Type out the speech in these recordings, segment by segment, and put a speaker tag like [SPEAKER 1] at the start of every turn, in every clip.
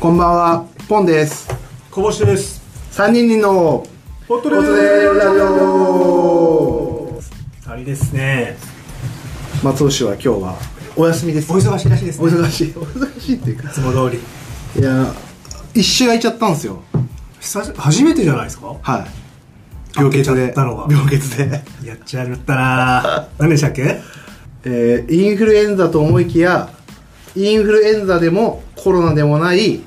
[SPEAKER 1] こんばんは、ポンです。
[SPEAKER 2] こぼしてです。
[SPEAKER 1] 三人の
[SPEAKER 2] ポット
[SPEAKER 1] おつれラジオ。
[SPEAKER 2] ありですね。
[SPEAKER 1] 松尾氏は今日はお休みです。
[SPEAKER 2] お忙しいらしいです
[SPEAKER 1] お
[SPEAKER 2] ね。い
[SPEAKER 1] 忙しい、お忙しいっていうか。
[SPEAKER 2] つも通り。
[SPEAKER 1] いや、一周空いちゃったんですよ。
[SPEAKER 2] 久し初めてじゃないですか。
[SPEAKER 1] はい。
[SPEAKER 2] 開
[SPEAKER 1] 病
[SPEAKER 2] け
[SPEAKER 1] 欠
[SPEAKER 2] ちゃ
[SPEAKER 1] で。
[SPEAKER 2] ったのが
[SPEAKER 1] 病欠で。
[SPEAKER 2] やっちゃったな。何でしたっけ？
[SPEAKER 1] えー、インフルエンザと思いきや、インフルエンザでもコロナでもない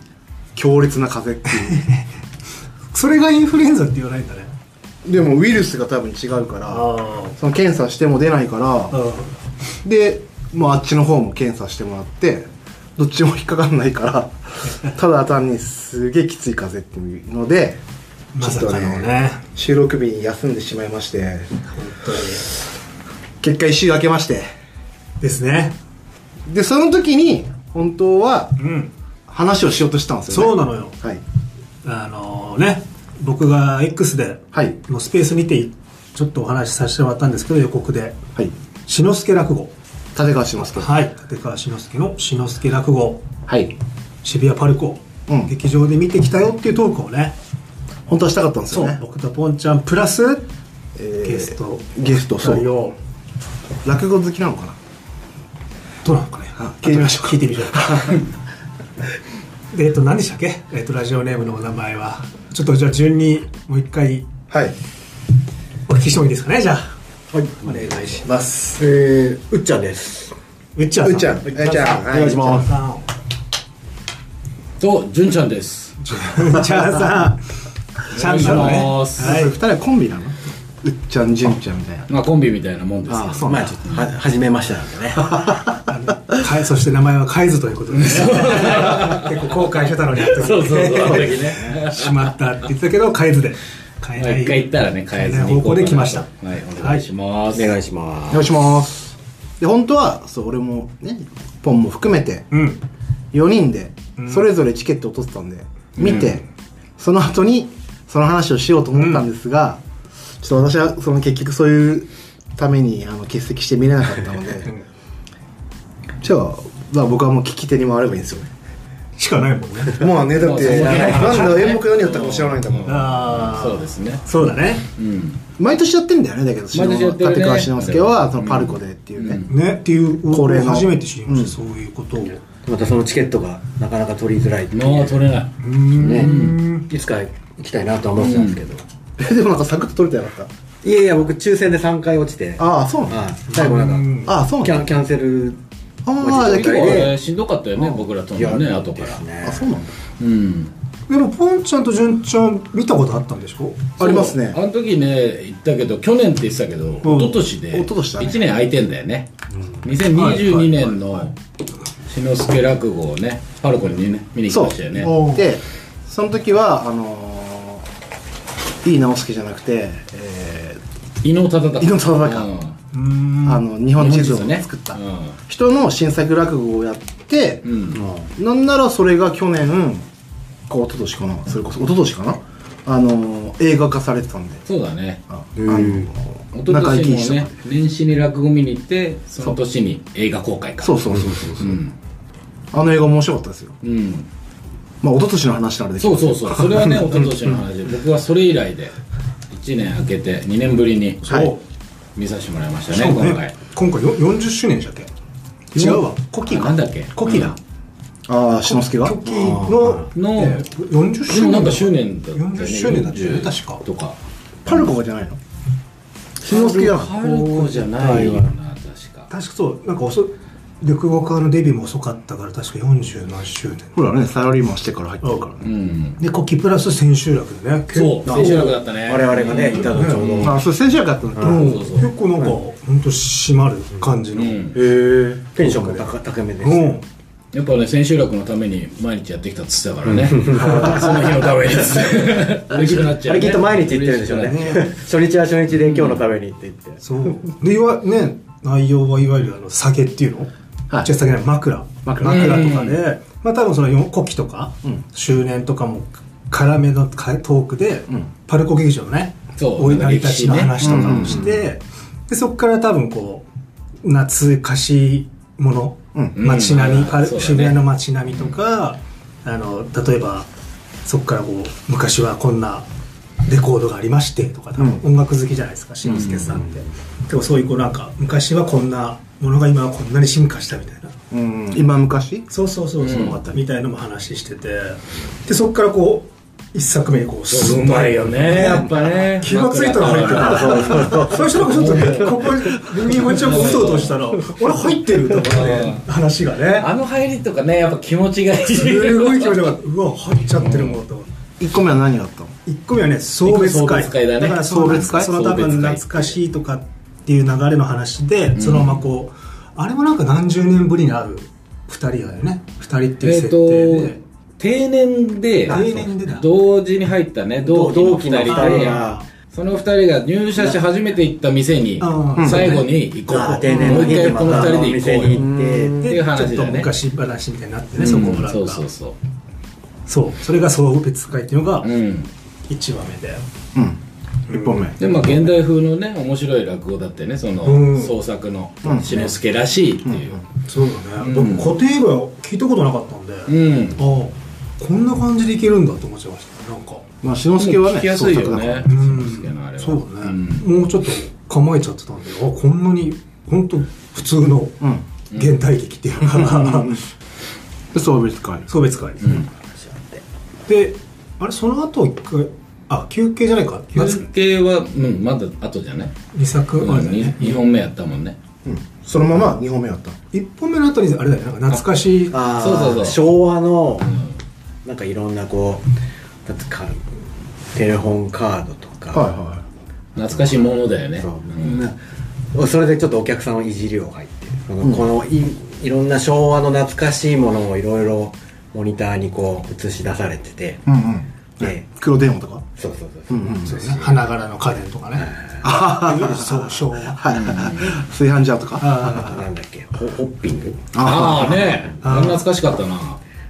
[SPEAKER 1] 強烈な風邪 っていう。
[SPEAKER 2] それがインフルエンザって言わないんだね。
[SPEAKER 1] でもウイルスが多分違うから、
[SPEAKER 2] あ
[SPEAKER 1] その検査しても出ないから、
[SPEAKER 2] あ。うん。
[SPEAKER 1] で、もうあっちの方も検査してもらってどっちも引っかかんないからただ単にすげえきつい風邪っていうので
[SPEAKER 2] まさかのね。
[SPEAKER 1] 収録日に休んでしまいまして
[SPEAKER 2] 本当に。
[SPEAKER 1] 結果一週明けまして
[SPEAKER 2] ですね。
[SPEAKER 1] でその時に本当は
[SPEAKER 2] うん。
[SPEAKER 1] 話をしようとしたんですよ、ね、
[SPEAKER 2] そうなのよ。
[SPEAKER 1] はい
[SPEAKER 2] あのね、僕が X で
[SPEAKER 1] はい
[SPEAKER 2] のスペースにてちょっとお話しさせてもらったんですけど予告で。
[SPEAKER 1] はい
[SPEAKER 2] 志の輔落語。
[SPEAKER 1] 立川しますけど
[SPEAKER 2] はい。立川志の輔の志の輔落語。
[SPEAKER 1] はい
[SPEAKER 2] 渋谷パルコ、
[SPEAKER 1] うん
[SPEAKER 2] 劇場で見てきたよっていうトークをね
[SPEAKER 1] 本当はしたかったんです
[SPEAKER 2] そう
[SPEAKER 1] よね
[SPEAKER 2] 僕とポンちゃんプラス
[SPEAKER 1] えー
[SPEAKER 2] ゲスト
[SPEAKER 1] ゲストそ
[SPEAKER 2] 二
[SPEAKER 1] う
[SPEAKER 2] 人を
[SPEAKER 1] 落語好きなのかな
[SPEAKER 2] どうなのかね
[SPEAKER 1] あ聞いてみましょうか
[SPEAKER 2] 聞いてみましょうかでえっと何でしたっけ、えっと、ラジオネームのお名前はちょっとじゃあ順にもう一回
[SPEAKER 1] はい
[SPEAKER 2] お聞きしてもいいですかねじゃあ
[SPEAKER 1] はい
[SPEAKER 2] お願いしま
[SPEAKER 1] ますえー、うっちゃんです
[SPEAKER 2] すうっちゃんさ
[SPEAKER 1] うっちゃんうっちゃん
[SPEAKER 2] うっ
[SPEAKER 1] はい
[SPEAKER 2] うっちゃんさん
[SPEAKER 3] と、純ちゃんです。
[SPEAKER 2] うっちゃんさんちゃんさんのね
[SPEAKER 3] お願いします
[SPEAKER 2] は
[SPEAKER 1] それ
[SPEAKER 2] い
[SPEAKER 1] 二人はコンビなのうっちゃんじゅんちゃんみたいな
[SPEAKER 3] まあ、コンビみたいなもんです
[SPEAKER 1] あ
[SPEAKER 3] け
[SPEAKER 1] そ
[SPEAKER 3] ど。
[SPEAKER 1] うなん
[SPEAKER 3] まあ、
[SPEAKER 1] だ
[SPEAKER 3] ちょっと、は、初めましてなんでね。
[SPEAKER 2] あのかいそ して名前はカイズということで ね結構後悔してたのにあった
[SPEAKER 3] そうそ う、その時ね。
[SPEAKER 2] しまったって言ってたけど変えずで変え
[SPEAKER 3] まあ
[SPEAKER 2] ない
[SPEAKER 3] 一回行ったらね、変えずに
[SPEAKER 2] 変えない方
[SPEAKER 3] 行こ
[SPEAKER 2] 向
[SPEAKER 3] うかなと。
[SPEAKER 2] で来ました
[SPEAKER 3] はい、お願いします。
[SPEAKER 4] お願いし ま
[SPEAKER 1] お
[SPEAKER 4] す
[SPEAKER 1] 願いしますで本当はそう俺もねポンも含めて
[SPEAKER 2] うん
[SPEAKER 1] 4人でそれぞれチケットを取ってたんで見て、その後にその話をしようと思ったんですが、ちょっと私はその結局そういうためにあの欠席して見れなかったの で
[SPEAKER 2] ん
[SPEAKER 1] じゃあまあ僕はもう聞き手に回ればいいんですよね
[SPEAKER 2] しかないもんね
[SPEAKER 1] まあねだって
[SPEAKER 3] もうそう
[SPEAKER 1] なんだ演目何やったかも知らないんだもん
[SPEAKER 2] ああ
[SPEAKER 3] そうですね。
[SPEAKER 2] そうだね
[SPEAKER 3] うん。
[SPEAKER 1] 毎年やってんだよねだけど
[SPEAKER 3] 毎年やってるね
[SPEAKER 1] 立川志の輔はそのパルコでっていうね、
[SPEAKER 2] ねっていう
[SPEAKER 1] これの
[SPEAKER 2] 初めて知りました、
[SPEAKER 1] うん
[SPEAKER 2] そういうことをう
[SPEAKER 4] またそのチケットがなかなか取りづらいっていう
[SPEAKER 3] もう取れない。
[SPEAKER 2] ーん
[SPEAKER 4] ね
[SPEAKER 2] ん
[SPEAKER 4] いつか行きたいなとは思ってたんですけど、
[SPEAKER 1] えでもなんかサクッと取れてなかった
[SPEAKER 4] いやいや僕抽選で3回落ちて
[SPEAKER 1] ああそうなんだ
[SPEAKER 4] はい最後な
[SPEAKER 2] うんん
[SPEAKER 4] か
[SPEAKER 1] ああそう
[SPEAKER 4] キ
[SPEAKER 1] な
[SPEAKER 4] ャ
[SPEAKER 1] ん
[SPEAKER 4] ン
[SPEAKER 1] だ
[SPEAKER 4] キャンセル
[SPEAKER 1] ああじゃあ結
[SPEAKER 3] 結
[SPEAKER 1] 構
[SPEAKER 3] 構
[SPEAKER 1] あれ
[SPEAKER 3] ねしんどかったよね、僕らとのね、後から。
[SPEAKER 1] あそうなんだ
[SPEAKER 3] うん。
[SPEAKER 2] でもポンちゃんと純ちゃん見たことあったんでしょ
[SPEAKER 1] ありますね
[SPEAKER 3] そうあの時ね、行ったけど、去年って言ってたけど、一昨年で、
[SPEAKER 1] 一昨年だね
[SPEAKER 3] 1年空いてんだよね。
[SPEAKER 2] はい
[SPEAKER 3] 2022年の、志の輔落語をね、パルコにね、見に来
[SPEAKER 1] そ
[SPEAKER 3] ましたよね。
[SPEAKER 2] お
[SPEAKER 1] うでその時はあのー、いい直輔じゃなくて、え
[SPEAKER 3] 伊能忠敬
[SPEAKER 1] 伊能忠敬
[SPEAKER 3] う
[SPEAKER 2] う
[SPEAKER 3] ん
[SPEAKER 2] ーん
[SPEAKER 1] ーあの日本地図を
[SPEAKER 3] 日本ね
[SPEAKER 1] 作った
[SPEAKER 3] うん
[SPEAKER 1] 人の新作落語をやって、
[SPEAKER 3] うん
[SPEAKER 1] なんならそれが去年か一昨年かなそれこそ一昨年かなあのー、映画化されてたんで
[SPEAKER 3] そうだね
[SPEAKER 1] ああ
[SPEAKER 4] うん
[SPEAKER 1] の
[SPEAKER 3] 一
[SPEAKER 1] ー、
[SPEAKER 3] 昨
[SPEAKER 1] 中井貴
[SPEAKER 3] 年
[SPEAKER 1] 一と
[SPEAKER 3] も
[SPEAKER 1] か
[SPEAKER 3] ね
[SPEAKER 1] で
[SPEAKER 3] 年始に落語見に行ってその年に映画公開か
[SPEAKER 1] そうそうそうそうそう、
[SPEAKER 3] うん
[SPEAKER 1] あの映画面白かったですよ
[SPEAKER 3] うん
[SPEAKER 1] まあ一昨年の話なんで
[SPEAKER 3] そうそうそうそれはね一昨年の話で僕はそれ以来で1年明けて2年ぶりに
[SPEAKER 1] はい
[SPEAKER 3] 見させてもらいまし
[SPEAKER 2] したか
[SPEAKER 3] ね
[SPEAKER 2] もね
[SPEAKER 3] 今回
[SPEAKER 2] 今回よ40周年でしたっけ違うわコキ
[SPEAKER 3] あ
[SPEAKER 2] が
[SPEAKER 3] なんだっけ
[SPEAKER 2] コキだ、
[SPEAKER 1] ああ志の輔が
[SPEAKER 2] コキの
[SPEAKER 3] の
[SPEAKER 2] えー40周
[SPEAKER 3] でも
[SPEAKER 2] 年
[SPEAKER 3] なんか周年だったよね
[SPEAKER 2] 40周年だったよね
[SPEAKER 3] 40
[SPEAKER 2] 確か
[SPEAKER 3] とか
[SPEAKER 1] パルコじゃないの志の輔が
[SPEAKER 3] パルコじゃないよな確か
[SPEAKER 2] 確かそうなんか遅い緑語家のデビューも遅かったから確か40何周年
[SPEAKER 1] ほらねサラリーマンしてから入ってるからね
[SPEAKER 3] うん
[SPEAKER 2] で、コキプラス千秋楽でね。
[SPEAKER 3] そう千秋楽だったね
[SPEAKER 4] 我々がねいたのちょうど
[SPEAKER 1] あ、それ先週やかったの、
[SPEAKER 2] うん
[SPEAKER 3] そうそう
[SPEAKER 2] 結構なんか、ほんと締まる感じ
[SPEAKER 3] う
[SPEAKER 2] の。うんん。
[SPEAKER 1] へえ
[SPEAKER 4] テンションも高高めでしたね
[SPEAKER 3] やっぱね千秋楽のために毎日やってきたっつってたか らね その日のた めにっつって嬉しくなっちゃ
[SPEAKER 4] あ
[SPEAKER 3] うよね
[SPEAKER 4] れきっと毎日行ってるんでしょうね
[SPEAKER 3] 嬉しくなっ
[SPEAKER 4] 初日は初日で今日のためにって言って
[SPEAKER 2] そう。で、いわ、ね、内容はいわゆるあの、酒っていうの
[SPEAKER 1] はい
[SPEAKER 2] じゃ酒じゃない、枕。
[SPEAKER 1] 枕
[SPEAKER 2] とかで、まあ多分そのよ、コキとか、
[SPEAKER 1] うん
[SPEAKER 2] 周年とかも、絡めのかトークで、
[SPEAKER 1] うん
[SPEAKER 2] パルコ劇場のね、
[SPEAKER 3] そう
[SPEAKER 2] おい成り立ちの
[SPEAKER 3] 歴史ね
[SPEAKER 2] 話とかもして、で、そこから多分こう、懐かしいもの、
[SPEAKER 1] うん
[SPEAKER 2] 街並み、
[SPEAKER 3] うん
[SPEAKER 2] パル
[SPEAKER 3] そうだね
[SPEAKER 2] 渋谷の街並みとか、あの例えばそこからこう昔はこんなレコードがありましてとか、多分
[SPEAKER 1] う
[SPEAKER 2] 音楽好きじゃないですか新助さんって、でもそういうこうなんか昔はこんなものが今はこんなに進化したみたいな
[SPEAKER 1] うん、今昔
[SPEAKER 2] そうそうそうそう、
[SPEAKER 3] うん
[SPEAKER 2] みたいのも話しててでそこからこう一作目にこうスッと
[SPEAKER 3] うまいよねやっぱね
[SPEAKER 2] 気がついたら入ってたそうそうそう最初なんかちょっとここ耳持ちをうとうとしたら俺入ってるとかね話がね
[SPEAKER 3] あの入りとかねやっぱ気持ちがいい
[SPEAKER 2] すごい気持ちよかったうわ入っちゃってるもんと
[SPEAKER 1] 1個目は何があったの
[SPEAKER 2] 一個目はね送別
[SPEAKER 3] 送
[SPEAKER 2] 会
[SPEAKER 3] 別会だね
[SPEAKER 2] からその
[SPEAKER 1] 送別会
[SPEAKER 2] その多分
[SPEAKER 3] 送別会
[SPEAKER 2] 懐かしいとかっていう流れの話でそのままこうあれもなんか何十年ぶりにある二人だよね二人っていう
[SPEAKER 3] え
[SPEAKER 2] 設
[SPEAKER 3] っ
[SPEAKER 2] 定で
[SPEAKER 3] と、定年で
[SPEAKER 2] 定年でだ
[SPEAKER 3] 同時に入ったね同同
[SPEAKER 4] 同
[SPEAKER 3] 期
[SPEAKER 4] 期の
[SPEAKER 3] な
[SPEAKER 4] 二
[SPEAKER 3] り
[SPEAKER 4] 人
[SPEAKER 3] で
[SPEAKER 4] が
[SPEAKER 3] その二人が入社し初めて行った店に
[SPEAKER 2] うん
[SPEAKER 3] 最後に行こう
[SPEAKER 4] あ
[SPEAKER 3] も
[SPEAKER 4] ー定年
[SPEAKER 3] う
[SPEAKER 4] の
[SPEAKER 3] 一
[SPEAKER 4] 日
[SPEAKER 3] 回
[SPEAKER 4] に
[SPEAKER 3] こ
[SPEAKER 4] ま
[SPEAKER 3] の
[SPEAKER 4] たあ
[SPEAKER 3] 二
[SPEAKER 4] の
[SPEAKER 3] 人で
[SPEAKER 4] 店
[SPEAKER 3] 行こう
[SPEAKER 4] に
[SPEAKER 3] よ
[SPEAKER 4] 行
[SPEAKER 1] う
[SPEAKER 4] っ
[SPEAKER 3] って
[SPEAKER 2] で
[SPEAKER 3] いう話だよね
[SPEAKER 2] ちょっと昔話みたいになってね、
[SPEAKER 3] うん
[SPEAKER 2] そこもなんか
[SPEAKER 3] そうそうそう
[SPEAKER 2] そうそれが送別会っていうのが
[SPEAKER 3] うん
[SPEAKER 2] 1話目で、
[SPEAKER 1] うん1本目
[SPEAKER 3] でまあ現代風のね面白い落語だってねそ
[SPEAKER 2] うん
[SPEAKER 3] の創作の
[SPEAKER 1] うん
[SPEAKER 3] 志の輔らしいっていう
[SPEAKER 2] そうだね、
[SPEAKER 3] うん
[SPEAKER 2] 僕固定部は聞いたことなかったんで、あ
[SPEAKER 3] うん
[SPEAKER 2] あこんな感じでいけるんだと思っちゃいましたなんか
[SPEAKER 1] まあ志の輔は
[SPEAKER 3] 聞
[SPEAKER 1] ね
[SPEAKER 3] きやすいよ
[SPEAKER 1] 創作だから
[SPEAKER 3] ね
[SPEAKER 2] う
[SPEAKER 3] 志
[SPEAKER 2] ん
[SPEAKER 3] の輔のあれは
[SPEAKER 2] そうだね、
[SPEAKER 3] ん
[SPEAKER 2] もうちょっと構えちゃってたんであこんなに本当普通の
[SPEAKER 1] うん
[SPEAKER 2] 現代劇っていうか、
[SPEAKER 1] で送別会
[SPEAKER 2] 送別会ですね、であれその後一回あ休憩じゃないか
[SPEAKER 3] 休憩はうんまだ後じゃない
[SPEAKER 2] 2作あれだよね
[SPEAKER 3] 2本目やったもんね
[SPEAKER 1] うんそのまま2本目やった
[SPEAKER 2] 1本目の後にあれだよねなんか懐かしい
[SPEAKER 4] あ
[SPEAKER 3] そうそうそう
[SPEAKER 4] ー昭和のなんかいろんなこうだってかテレホンカードと
[SPEAKER 1] はい
[SPEAKER 4] か
[SPEAKER 1] は
[SPEAKER 3] 懐かしいものだよね
[SPEAKER 4] そう
[SPEAKER 3] うん
[SPEAKER 4] なそれでちょっとお客さんのいじりを入ってそのこのいいろんな昭和の懐かしいものをいろいろモニターにこう映し出されてて
[SPEAKER 1] いうんうん
[SPEAKER 4] で
[SPEAKER 1] 黒電話とか
[SPEAKER 4] そうそうそうそう
[SPEAKER 1] うんうん
[SPEAKER 2] そうですね花柄の家電とかね そう昭和
[SPEAKER 1] はい炊飯ジャーとか
[SPEAKER 2] あ
[SPEAKER 4] なんだっけホホッピング
[SPEAKER 3] ああね
[SPEAKER 2] あー
[SPEAKER 3] 懐かしかったな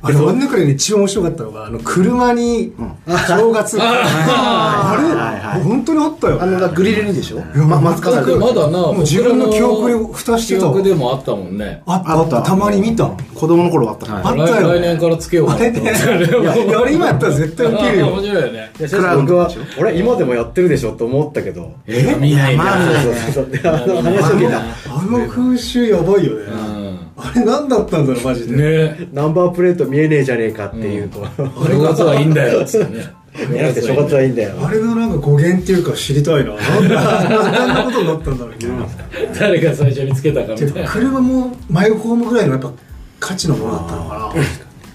[SPEAKER 2] あれ、俺の中で一番面白かったのが、あの、車に、正月。あれ、本当にあったよ。
[SPEAKER 1] あのだグリルにでしょ
[SPEAKER 2] いや
[SPEAKER 1] ま松
[SPEAKER 3] だ
[SPEAKER 1] 川
[SPEAKER 3] ってまだな
[SPEAKER 2] もう自分の記憶に蓋して
[SPEAKER 3] 記
[SPEAKER 2] たわ
[SPEAKER 3] 憶でもあったもんね
[SPEAKER 2] あったあった、たまに見た。
[SPEAKER 1] 子供の頃はあった
[SPEAKER 2] あ
[SPEAKER 3] 来
[SPEAKER 2] ったよね
[SPEAKER 3] 来年からつけようか
[SPEAKER 2] あ
[SPEAKER 3] な
[SPEAKER 2] れ
[SPEAKER 3] と
[SPEAKER 2] ね。
[SPEAKER 3] 思って
[SPEAKER 2] いや、いや俺今やったら絶対ウケる
[SPEAKER 3] あー面
[SPEAKER 2] よ。
[SPEAKER 3] 白いよね
[SPEAKER 4] いや正
[SPEAKER 1] クラウ
[SPEAKER 4] 直
[SPEAKER 1] ン
[SPEAKER 4] 僕は
[SPEAKER 1] でしょ
[SPEAKER 4] 俺今でもやってるでしょと思ったけど
[SPEAKER 3] え見ない
[SPEAKER 1] まあ
[SPEAKER 3] な
[SPEAKER 1] ね
[SPEAKER 4] そうそうそうであの話 を聞いた
[SPEAKER 2] あの空襲やばいよね。あれ何だったんだろう、マジ
[SPEAKER 3] うん
[SPEAKER 2] で。
[SPEAKER 3] ね
[SPEAKER 4] ナンバープレート見えねえじゃねえかっていうこ う
[SPEAKER 3] 正月はいいんだよっつってね
[SPEAKER 4] 見えなくて正月はいいんだよ
[SPEAKER 2] あれのなんか語源っていうか知りたいな。なんであんなことになったんだろうみたいな。
[SPEAKER 3] 誰が最初につけたかみたいな
[SPEAKER 2] 車もマイホームぐらいのやっぱ価値のものだったのかな。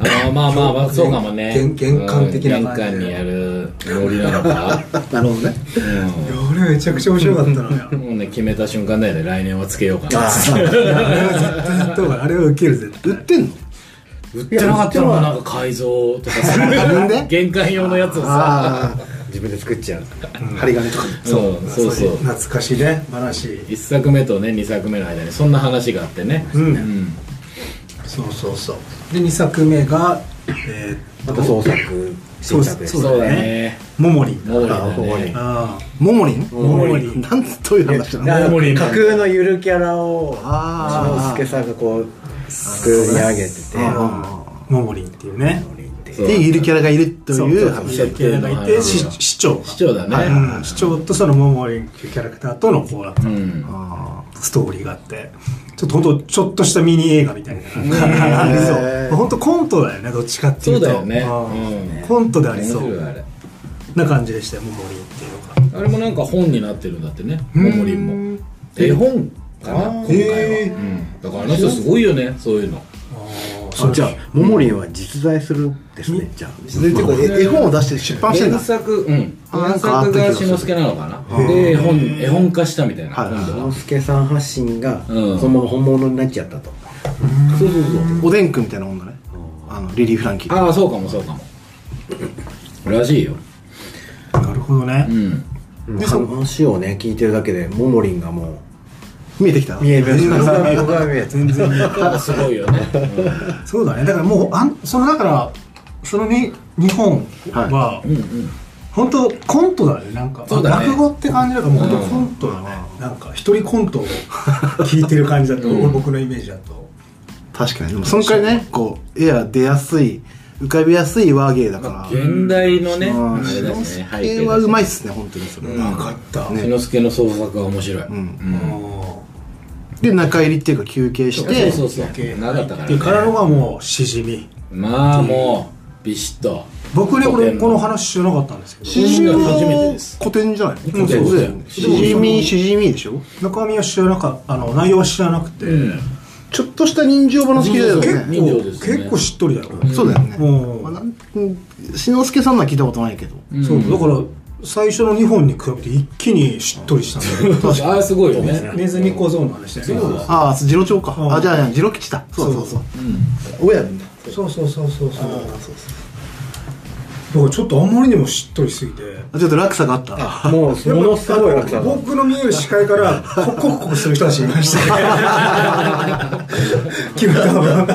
[SPEAKER 3] あーまあまあまあそうかもね
[SPEAKER 2] 玄玄関的な感じで
[SPEAKER 3] うん玄関にやるノリなのか
[SPEAKER 1] なるほどね
[SPEAKER 2] いや俺はめちゃくちゃ面白かったな。
[SPEAKER 3] うんもうね決めた瞬間だよね来年はつけようかな
[SPEAKER 4] あ
[SPEAKER 2] いやあれは絶対やった方がいいあれはウケる絶
[SPEAKER 1] 売ってんの
[SPEAKER 3] 売ってなかったのかなんか改造とかさ
[SPEAKER 1] で
[SPEAKER 3] 玄関用のやつをさ
[SPEAKER 1] あ
[SPEAKER 4] ー自分で作っちゃう
[SPEAKER 1] あ針金とか
[SPEAKER 3] そうそうそう
[SPEAKER 2] 懐かしいね話
[SPEAKER 3] 1作目とね2作目の間にそんな話があってね
[SPEAKER 2] うん
[SPEAKER 3] うん
[SPEAKER 2] そうそうそうで2作目がえー
[SPEAKER 4] また創作新作です
[SPEAKER 2] そう
[SPEAKER 3] そうだね
[SPEAKER 2] モモリン
[SPEAKER 3] モーリー
[SPEAKER 4] あ
[SPEAKER 3] だ
[SPEAKER 4] ここ
[SPEAKER 3] ね
[SPEAKER 4] に
[SPEAKER 2] あ
[SPEAKER 1] モモリン
[SPEAKER 2] モモリン
[SPEAKER 1] なんつどういう話なの
[SPEAKER 4] だから
[SPEAKER 3] モモリー
[SPEAKER 4] 架空のゆるキャラを
[SPEAKER 1] あー
[SPEAKER 4] 志の輔さんがこう作り上げてて
[SPEAKER 1] あ
[SPEAKER 2] モモリンっていうね
[SPEAKER 3] そう
[SPEAKER 1] っていうゆるキャラがいるという
[SPEAKER 2] そう
[SPEAKER 1] 話
[SPEAKER 2] そうキャラがいて市市長が
[SPEAKER 3] 市長だ
[SPEAKER 2] う
[SPEAKER 3] ね
[SPEAKER 2] ん市長とそのモモリンっていうキャラクターとのこうなんか
[SPEAKER 3] うん
[SPEAKER 1] あ
[SPEAKER 2] ストーリーがあってちょっとほんとちょっとしたミニ映画みたいな
[SPEAKER 1] へー
[SPEAKER 2] そうほんとコントだよねどっちかってい
[SPEAKER 3] そう
[SPEAKER 2] うと
[SPEAKER 3] だよね
[SPEAKER 2] うん
[SPEAKER 3] うん
[SPEAKER 2] コントであり
[SPEAKER 3] 面
[SPEAKER 2] そ
[SPEAKER 3] 白
[SPEAKER 2] う
[SPEAKER 3] いあれ
[SPEAKER 2] な感じでしたよモモリンっていうのが
[SPEAKER 3] あれもなんか本になってるんだってねモモリンも絵本かな今
[SPEAKER 1] ー
[SPEAKER 3] 回
[SPEAKER 2] へ
[SPEAKER 3] はうんだからあの人すごいよねそういうの
[SPEAKER 2] そ
[SPEAKER 4] あじゃあモモリンは実在するですねじゃあ
[SPEAKER 1] あでてかえ絵本を出して出版してんだ
[SPEAKER 3] 原作うん
[SPEAKER 1] あな
[SPEAKER 3] 原
[SPEAKER 1] んかあった
[SPEAKER 3] 作
[SPEAKER 1] 気
[SPEAKER 3] が
[SPEAKER 1] がす
[SPEAKER 3] 志
[SPEAKER 1] る
[SPEAKER 3] の輔なのかなで絵本絵本化したみたいな
[SPEAKER 1] はい
[SPEAKER 3] 今
[SPEAKER 4] 志
[SPEAKER 3] 度
[SPEAKER 4] の
[SPEAKER 3] は
[SPEAKER 4] 輔さん発信がそ
[SPEAKER 3] うん
[SPEAKER 4] のまま本物になっちゃったと
[SPEAKER 3] そうそうそう
[SPEAKER 1] おでんくんみたいなもんだねあのリリー・フランキー
[SPEAKER 3] ああそうかもそうかもらしいよ
[SPEAKER 2] なるほどね、
[SPEAKER 3] うん
[SPEAKER 4] でその話をね聞いてるだけでモモリンがも
[SPEAKER 1] 見えてきた
[SPEAKER 4] う見える僕が見え
[SPEAKER 2] 全然見えない
[SPEAKER 3] だからすごいよね
[SPEAKER 2] そうだねだからもうあんそのだからそのに日本は、
[SPEAKER 3] うんうんうん
[SPEAKER 2] 本当コントだよねなんか
[SPEAKER 3] そうだね
[SPEAKER 2] 落語って感じだからもう本当コントだね、なんか一人コントを聞いてる感じだと、
[SPEAKER 3] うん
[SPEAKER 2] 僕のイメージだと
[SPEAKER 1] 確かにでもそのくらいねこう絵が出やすい浮かびやすい和芸だから
[SPEAKER 3] 現代のね、
[SPEAKER 1] うん
[SPEAKER 3] あれ
[SPEAKER 1] 篠
[SPEAKER 3] ですね背景
[SPEAKER 1] 介はうまいっすね本当にそれ
[SPEAKER 3] う
[SPEAKER 1] は、
[SPEAKER 3] ん
[SPEAKER 2] かった
[SPEAKER 1] ね
[SPEAKER 3] 篠介の創作は面白い、
[SPEAKER 1] ん
[SPEAKER 3] うん
[SPEAKER 1] で中入りっていうか休憩し
[SPEAKER 3] そう
[SPEAKER 1] て
[SPEAKER 3] そうそうなかったから、
[SPEAKER 2] で
[SPEAKER 3] ね、
[SPEAKER 2] からのがもうしじみ
[SPEAKER 3] まあもうビシッと
[SPEAKER 2] 僕ねこ
[SPEAKER 3] 古
[SPEAKER 2] れ
[SPEAKER 3] 典
[SPEAKER 2] この話知らなかったんですけど
[SPEAKER 1] しじみは
[SPEAKER 3] 初めてです
[SPEAKER 1] 古典じゃない
[SPEAKER 3] 古典です
[SPEAKER 1] そうだよねしじみしじみでしょ
[SPEAKER 2] 中身は知らなかあの内容は知らなくて、
[SPEAKER 3] うん
[SPEAKER 1] ちょっとした人情話聞い
[SPEAKER 3] そう
[SPEAKER 1] てた
[SPEAKER 2] 結
[SPEAKER 1] よ
[SPEAKER 2] 構、
[SPEAKER 1] ね
[SPEAKER 3] 人情ですね
[SPEAKER 2] 結構しっとりだよ、
[SPEAKER 1] そうだよね、
[SPEAKER 2] うん
[SPEAKER 1] まあなんうん篠介さんのは聞いたことないけど、
[SPEAKER 3] ん
[SPEAKER 2] そうだから最初の2本に比べて一気にしっとりしたんだよ
[SPEAKER 3] 確かにあれすごいよね
[SPEAKER 2] ネズミ小僧の話ですね
[SPEAKER 1] ああ次郎長か、
[SPEAKER 2] うん
[SPEAKER 1] あじゃあ次郎吉だそうそうそう親分だ
[SPEAKER 2] そうそうそうそうそうそうだからちょっとあまりにもしっとりしすぎて
[SPEAKER 1] あちょっと落差があった
[SPEAKER 4] もうものすごい楽さだ
[SPEAKER 2] 僕の見える視界からコクコクコクする人たちいましたね急に多分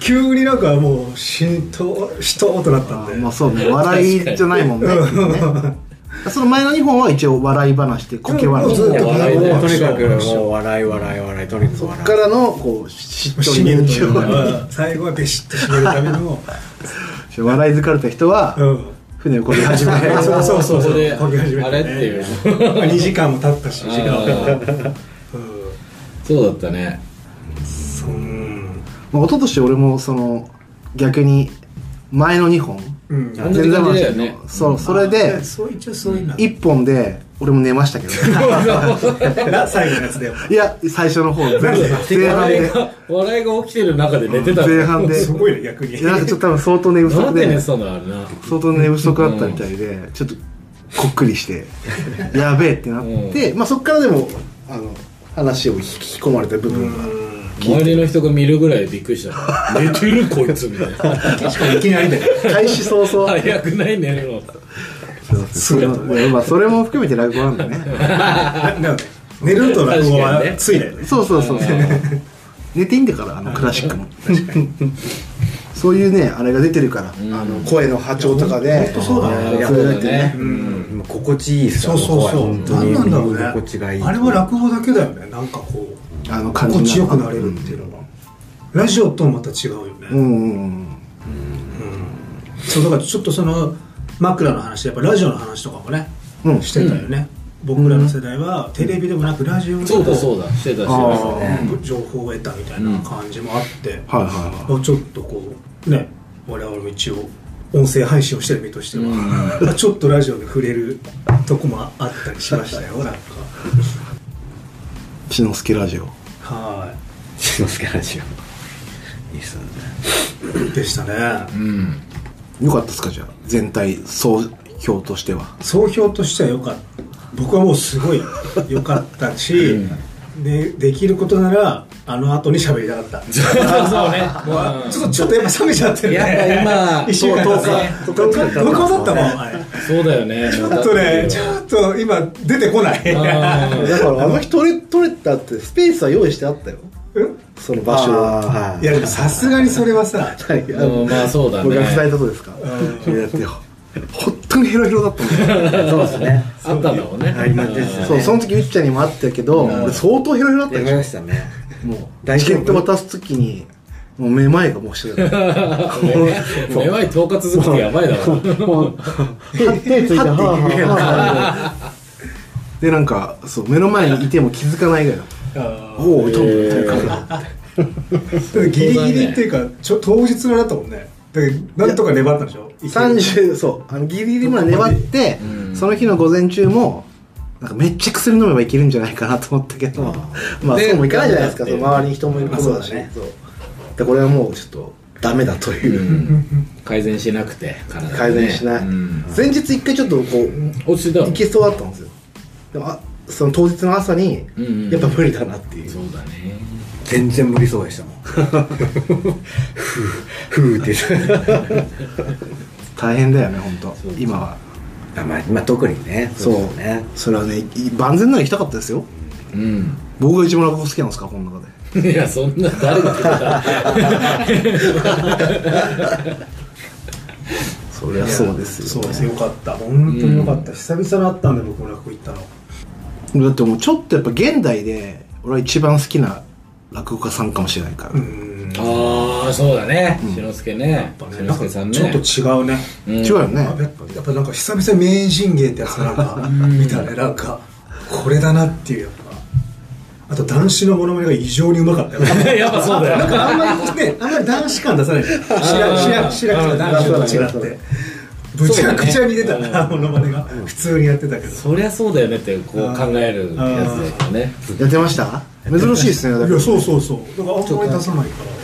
[SPEAKER 2] 急になんかもう浸透しとーっとなったんで、
[SPEAKER 1] まあそうね笑いじゃないもんね その前の2本は一応笑い話でこけ
[SPEAKER 2] もう
[SPEAKER 1] 話
[SPEAKER 2] ずっと
[SPEAKER 4] 笑いで
[SPEAKER 2] もう
[SPEAKER 4] とにかくもう笑い笑い笑いとにかく
[SPEAKER 1] こっ
[SPEAKER 4] 笑
[SPEAKER 1] か
[SPEAKER 4] い
[SPEAKER 1] らのこうしっとり
[SPEAKER 2] 締める
[SPEAKER 1] 人情
[SPEAKER 2] というか
[SPEAKER 1] 話
[SPEAKER 2] 最後はビシッと締めるための、
[SPEAKER 1] 笑い疲れた人は
[SPEAKER 2] うん、
[SPEAKER 1] 船をこぎ始 める
[SPEAKER 2] そうそうそう
[SPEAKER 3] こ
[SPEAKER 2] そう
[SPEAKER 3] こで
[SPEAKER 2] こぎ始め
[SPEAKER 3] あ
[SPEAKER 2] たね
[SPEAKER 3] れっていう
[SPEAKER 2] 2時間も経ったし時間も経った
[SPEAKER 3] あーそうだった ね
[SPEAKER 2] うん
[SPEAKER 1] まあ一昨年俺もその逆に前の2本
[SPEAKER 2] うん
[SPEAKER 3] 同じ感じだよね
[SPEAKER 1] のそうそれで
[SPEAKER 2] そう一応そういうの
[SPEAKER 1] 1本で俺も寝ましたけど
[SPEAKER 2] 最後のやつで
[SPEAKER 1] いや最初の方前前半
[SPEAKER 3] 笑い
[SPEAKER 1] で
[SPEAKER 3] が笑いが起きてる中で寝てた
[SPEAKER 1] 前半です
[SPEAKER 2] ごいね逆に
[SPEAKER 1] いやなんかちょっと多分相当寝不
[SPEAKER 3] な
[SPEAKER 1] 足
[SPEAKER 3] んで寝
[SPEAKER 1] で
[SPEAKER 3] てたんだろうな
[SPEAKER 1] 相当寝不足だったみたいでちょっとこっくりして やべえってなってまあそっからでもあの話を引き込まれた部分が
[SPEAKER 3] 周りの人が見るぐらいびっくりした寝てるこいつみたいな
[SPEAKER 2] 確かにいきなりだよ
[SPEAKER 1] 開始早々
[SPEAKER 3] 早くない寝るの
[SPEAKER 1] そういやまあそれも含めて落語なんだね
[SPEAKER 2] なので寝ると落語
[SPEAKER 3] 確かに
[SPEAKER 2] は
[SPEAKER 3] ね
[SPEAKER 2] ついだよね
[SPEAKER 1] そうそうそう寝ていいんだからあのクラシックもそういうねあれが出てるから、あの声の波長とかで
[SPEAKER 2] ほんとそうだね
[SPEAKER 1] あーそれだけね
[SPEAKER 3] うん
[SPEAKER 4] もう心地いいっす
[SPEAKER 2] そうそうそう
[SPEAKER 4] 本当
[SPEAKER 2] 何
[SPEAKER 4] に
[SPEAKER 2] なんだろうね
[SPEAKER 4] 心地がいい
[SPEAKER 2] あれは落語だけだよねなんかこう
[SPEAKER 1] あの感じ
[SPEAKER 2] 心地よくな
[SPEAKER 1] る
[SPEAKER 2] れるっていうのはラジオともまた違うよ
[SPEAKER 1] うん
[SPEAKER 2] ね
[SPEAKER 1] うんうん
[SPEAKER 2] そうだからちょっとその枕の話やっぱラジオの話とかもね
[SPEAKER 1] うん
[SPEAKER 2] してたよね僕らの世代はテレビでもなくラジオで
[SPEAKER 3] そうだ
[SPEAKER 2] こ
[SPEAKER 3] そうだしてたして
[SPEAKER 1] あ
[SPEAKER 3] た
[SPEAKER 1] ー
[SPEAKER 2] うん情報を得たみたいな感じもあって、
[SPEAKER 1] はいはいは
[SPEAKER 2] まあちょっとこうね我々も一応音声配信をしてる身としては、まあちょっとラジオで触れるとこもあったりしましたよなんか
[SPEAKER 1] い篠介ラジオ
[SPEAKER 2] は
[SPEAKER 4] しのすけラジオいいっすよね
[SPEAKER 2] いでしたね
[SPEAKER 3] うん
[SPEAKER 1] よかったですかじゃあ全体総評としては
[SPEAKER 2] 総評としては良かった僕はもうすごい良かったし、でできることならあの後に喋りたかった
[SPEAKER 3] そうね。
[SPEAKER 2] もうちょっとちょっとやっぱ冷めちゃってるね
[SPEAKER 3] やっぱ今
[SPEAKER 2] 一週間
[SPEAKER 3] そう
[SPEAKER 2] 経ってね どこどこだったもんあれ
[SPEAKER 3] そうだよね。ち
[SPEAKER 2] ちょっとね、ちょっと今出てこない。
[SPEAKER 1] だからあの日取れ取れたってスペースは用意してあったよその場所は
[SPEAKER 4] あーはい
[SPEAKER 2] いやでもさすがにそれはさ、
[SPEAKER 1] はいあの
[SPEAKER 3] まあそうだね。
[SPEAKER 1] 僕が伝えたとですか
[SPEAKER 2] う
[SPEAKER 1] やってよ本当にヘロヘロだったもんね
[SPEAKER 4] そうですね
[SPEAKER 3] あったんだろ うね。
[SPEAKER 4] ありまです
[SPEAKER 1] そうその時ゆっちゃんにも会ったけど俺相当ヘロヘロだった
[SPEAKER 4] や
[SPEAKER 1] で
[SPEAKER 4] りま
[SPEAKER 1] し
[SPEAKER 4] したね
[SPEAKER 1] ょもう
[SPEAKER 4] 大
[SPEAKER 1] チケ
[SPEAKER 4] 丈夫
[SPEAKER 1] ット渡す時にもうめまいがもうしてた
[SPEAKER 3] うんやばい10日続くとやばいだろ。
[SPEAKER 1] 手ついてはあはあ でなんかそう目の前にいても気づかないぐらいだった
[SPEAKER 2] うん
[SPEAKER 1] おお飛ぶみたいな感じ
[SPEAKER 2] ギリギリっていうか、ちょ当日のだったもんね。だけどなんとか粘ったんでしょ。
[SPEAKER 1] 30そうあのギリギリまで粘って、その日の午前中もなんかめっちゃ薬飲めばいけるんじゃないかなと思ったけど、まあ
[SPEAKER 3] で
[SPEAKER 1] そうもいかないじゃないですかそ
[SPEAKER 3] 頑張って
[SPEAKER 1] の周りに人もいることだし、
[SPEAKER 4] まあ
[SPEAKER 1] そうでこれはもうちょっとダメだという、
[SPEAKER 3] 改善しなくて体がね
[SPEAKER 1] 改善しない、
[SPEAKER 3] うん
[SPEAKER 1] 前日一回ちょっとこ
[SPEAKER 3] 落ちてた
[SPEAKER 1] う
[SPEAKER 3] の
[SPEAKER 1] いけそうだったんですよでもあその当日の朝に、
[SPEAKER 3] うんうん
[SPEAKER 1] やっぱ無理だなっていう
[SPEAKER 3] そうだね。
[SPEAKER 4] 全然無理そうで したもんふうふうって
[SPEAKER 1] 大変だよね本当
[SPEAKER 3] そう
[SPEAKER 1] 今は
[SPEAKER 4] あ まあ今特にね
[SPEAKER 1] そう
[SPEAKER 4] ですね
[SPEAKER 1] それはねい万全なら行きたかったですよ
[SPEAKER 3] うん。
[SPEAKER 1] 僕が一番落語好きなんですからこの中で
[SPEAKER 3] いやそんな誰が来た。
[SPEAKER 1] そりゃそうですよ、
[SPEAKER 2] そうです。よかった。本当によかった。久々に会ったんで僕も落語行ったの。
[SPEAKER 1] だってもうちょっとやっぱ現代で俺は一番好きな落語家さんかもしれないから、
[SPEAKER 2] うん。
[SPEAKER 3] ああそうだね志の輔ね
[SPEAKER 2] ぱ
[SPEAKER 3] 志
[SPEAKER 2] ね
[SPEAKER 3] の
[SPEAKER 2] なんか
[SPEAKER 3] 輔さんね
[SPEAKER 2] ちょっと違うね
[SPEAKER 3] うん
[SPEAKER 1] 違うよね
[SPEAKER 2] やっぱやっぱなんか久々に名人芸ってやつがなん か見たねなんかこれだなっていうやっぱあと男子のモノマネが異常にうまかったよ
[SPEAKER 3] やっぱそうだよ
[SPEAKER 2] なんかあんまりねあんまり男子感出さない白白白く男子と違ってぶちゃくちゃに出たなモノマネが普通にやってたけど
[SPEAKER 3] そりゃそうだよねってこう
[SPEAKER 2] うん
[SPEAKER 3] 考えるやつですよね
[SPEAKER 1] やってました珍しいですねだ
[SPEAKER 2] い
[SPEAKER 1] か
[SPEAKER 2] や
[SPEAKER 1] ら
[SPEAKER 2] そうそうそうだからあんまり出さないから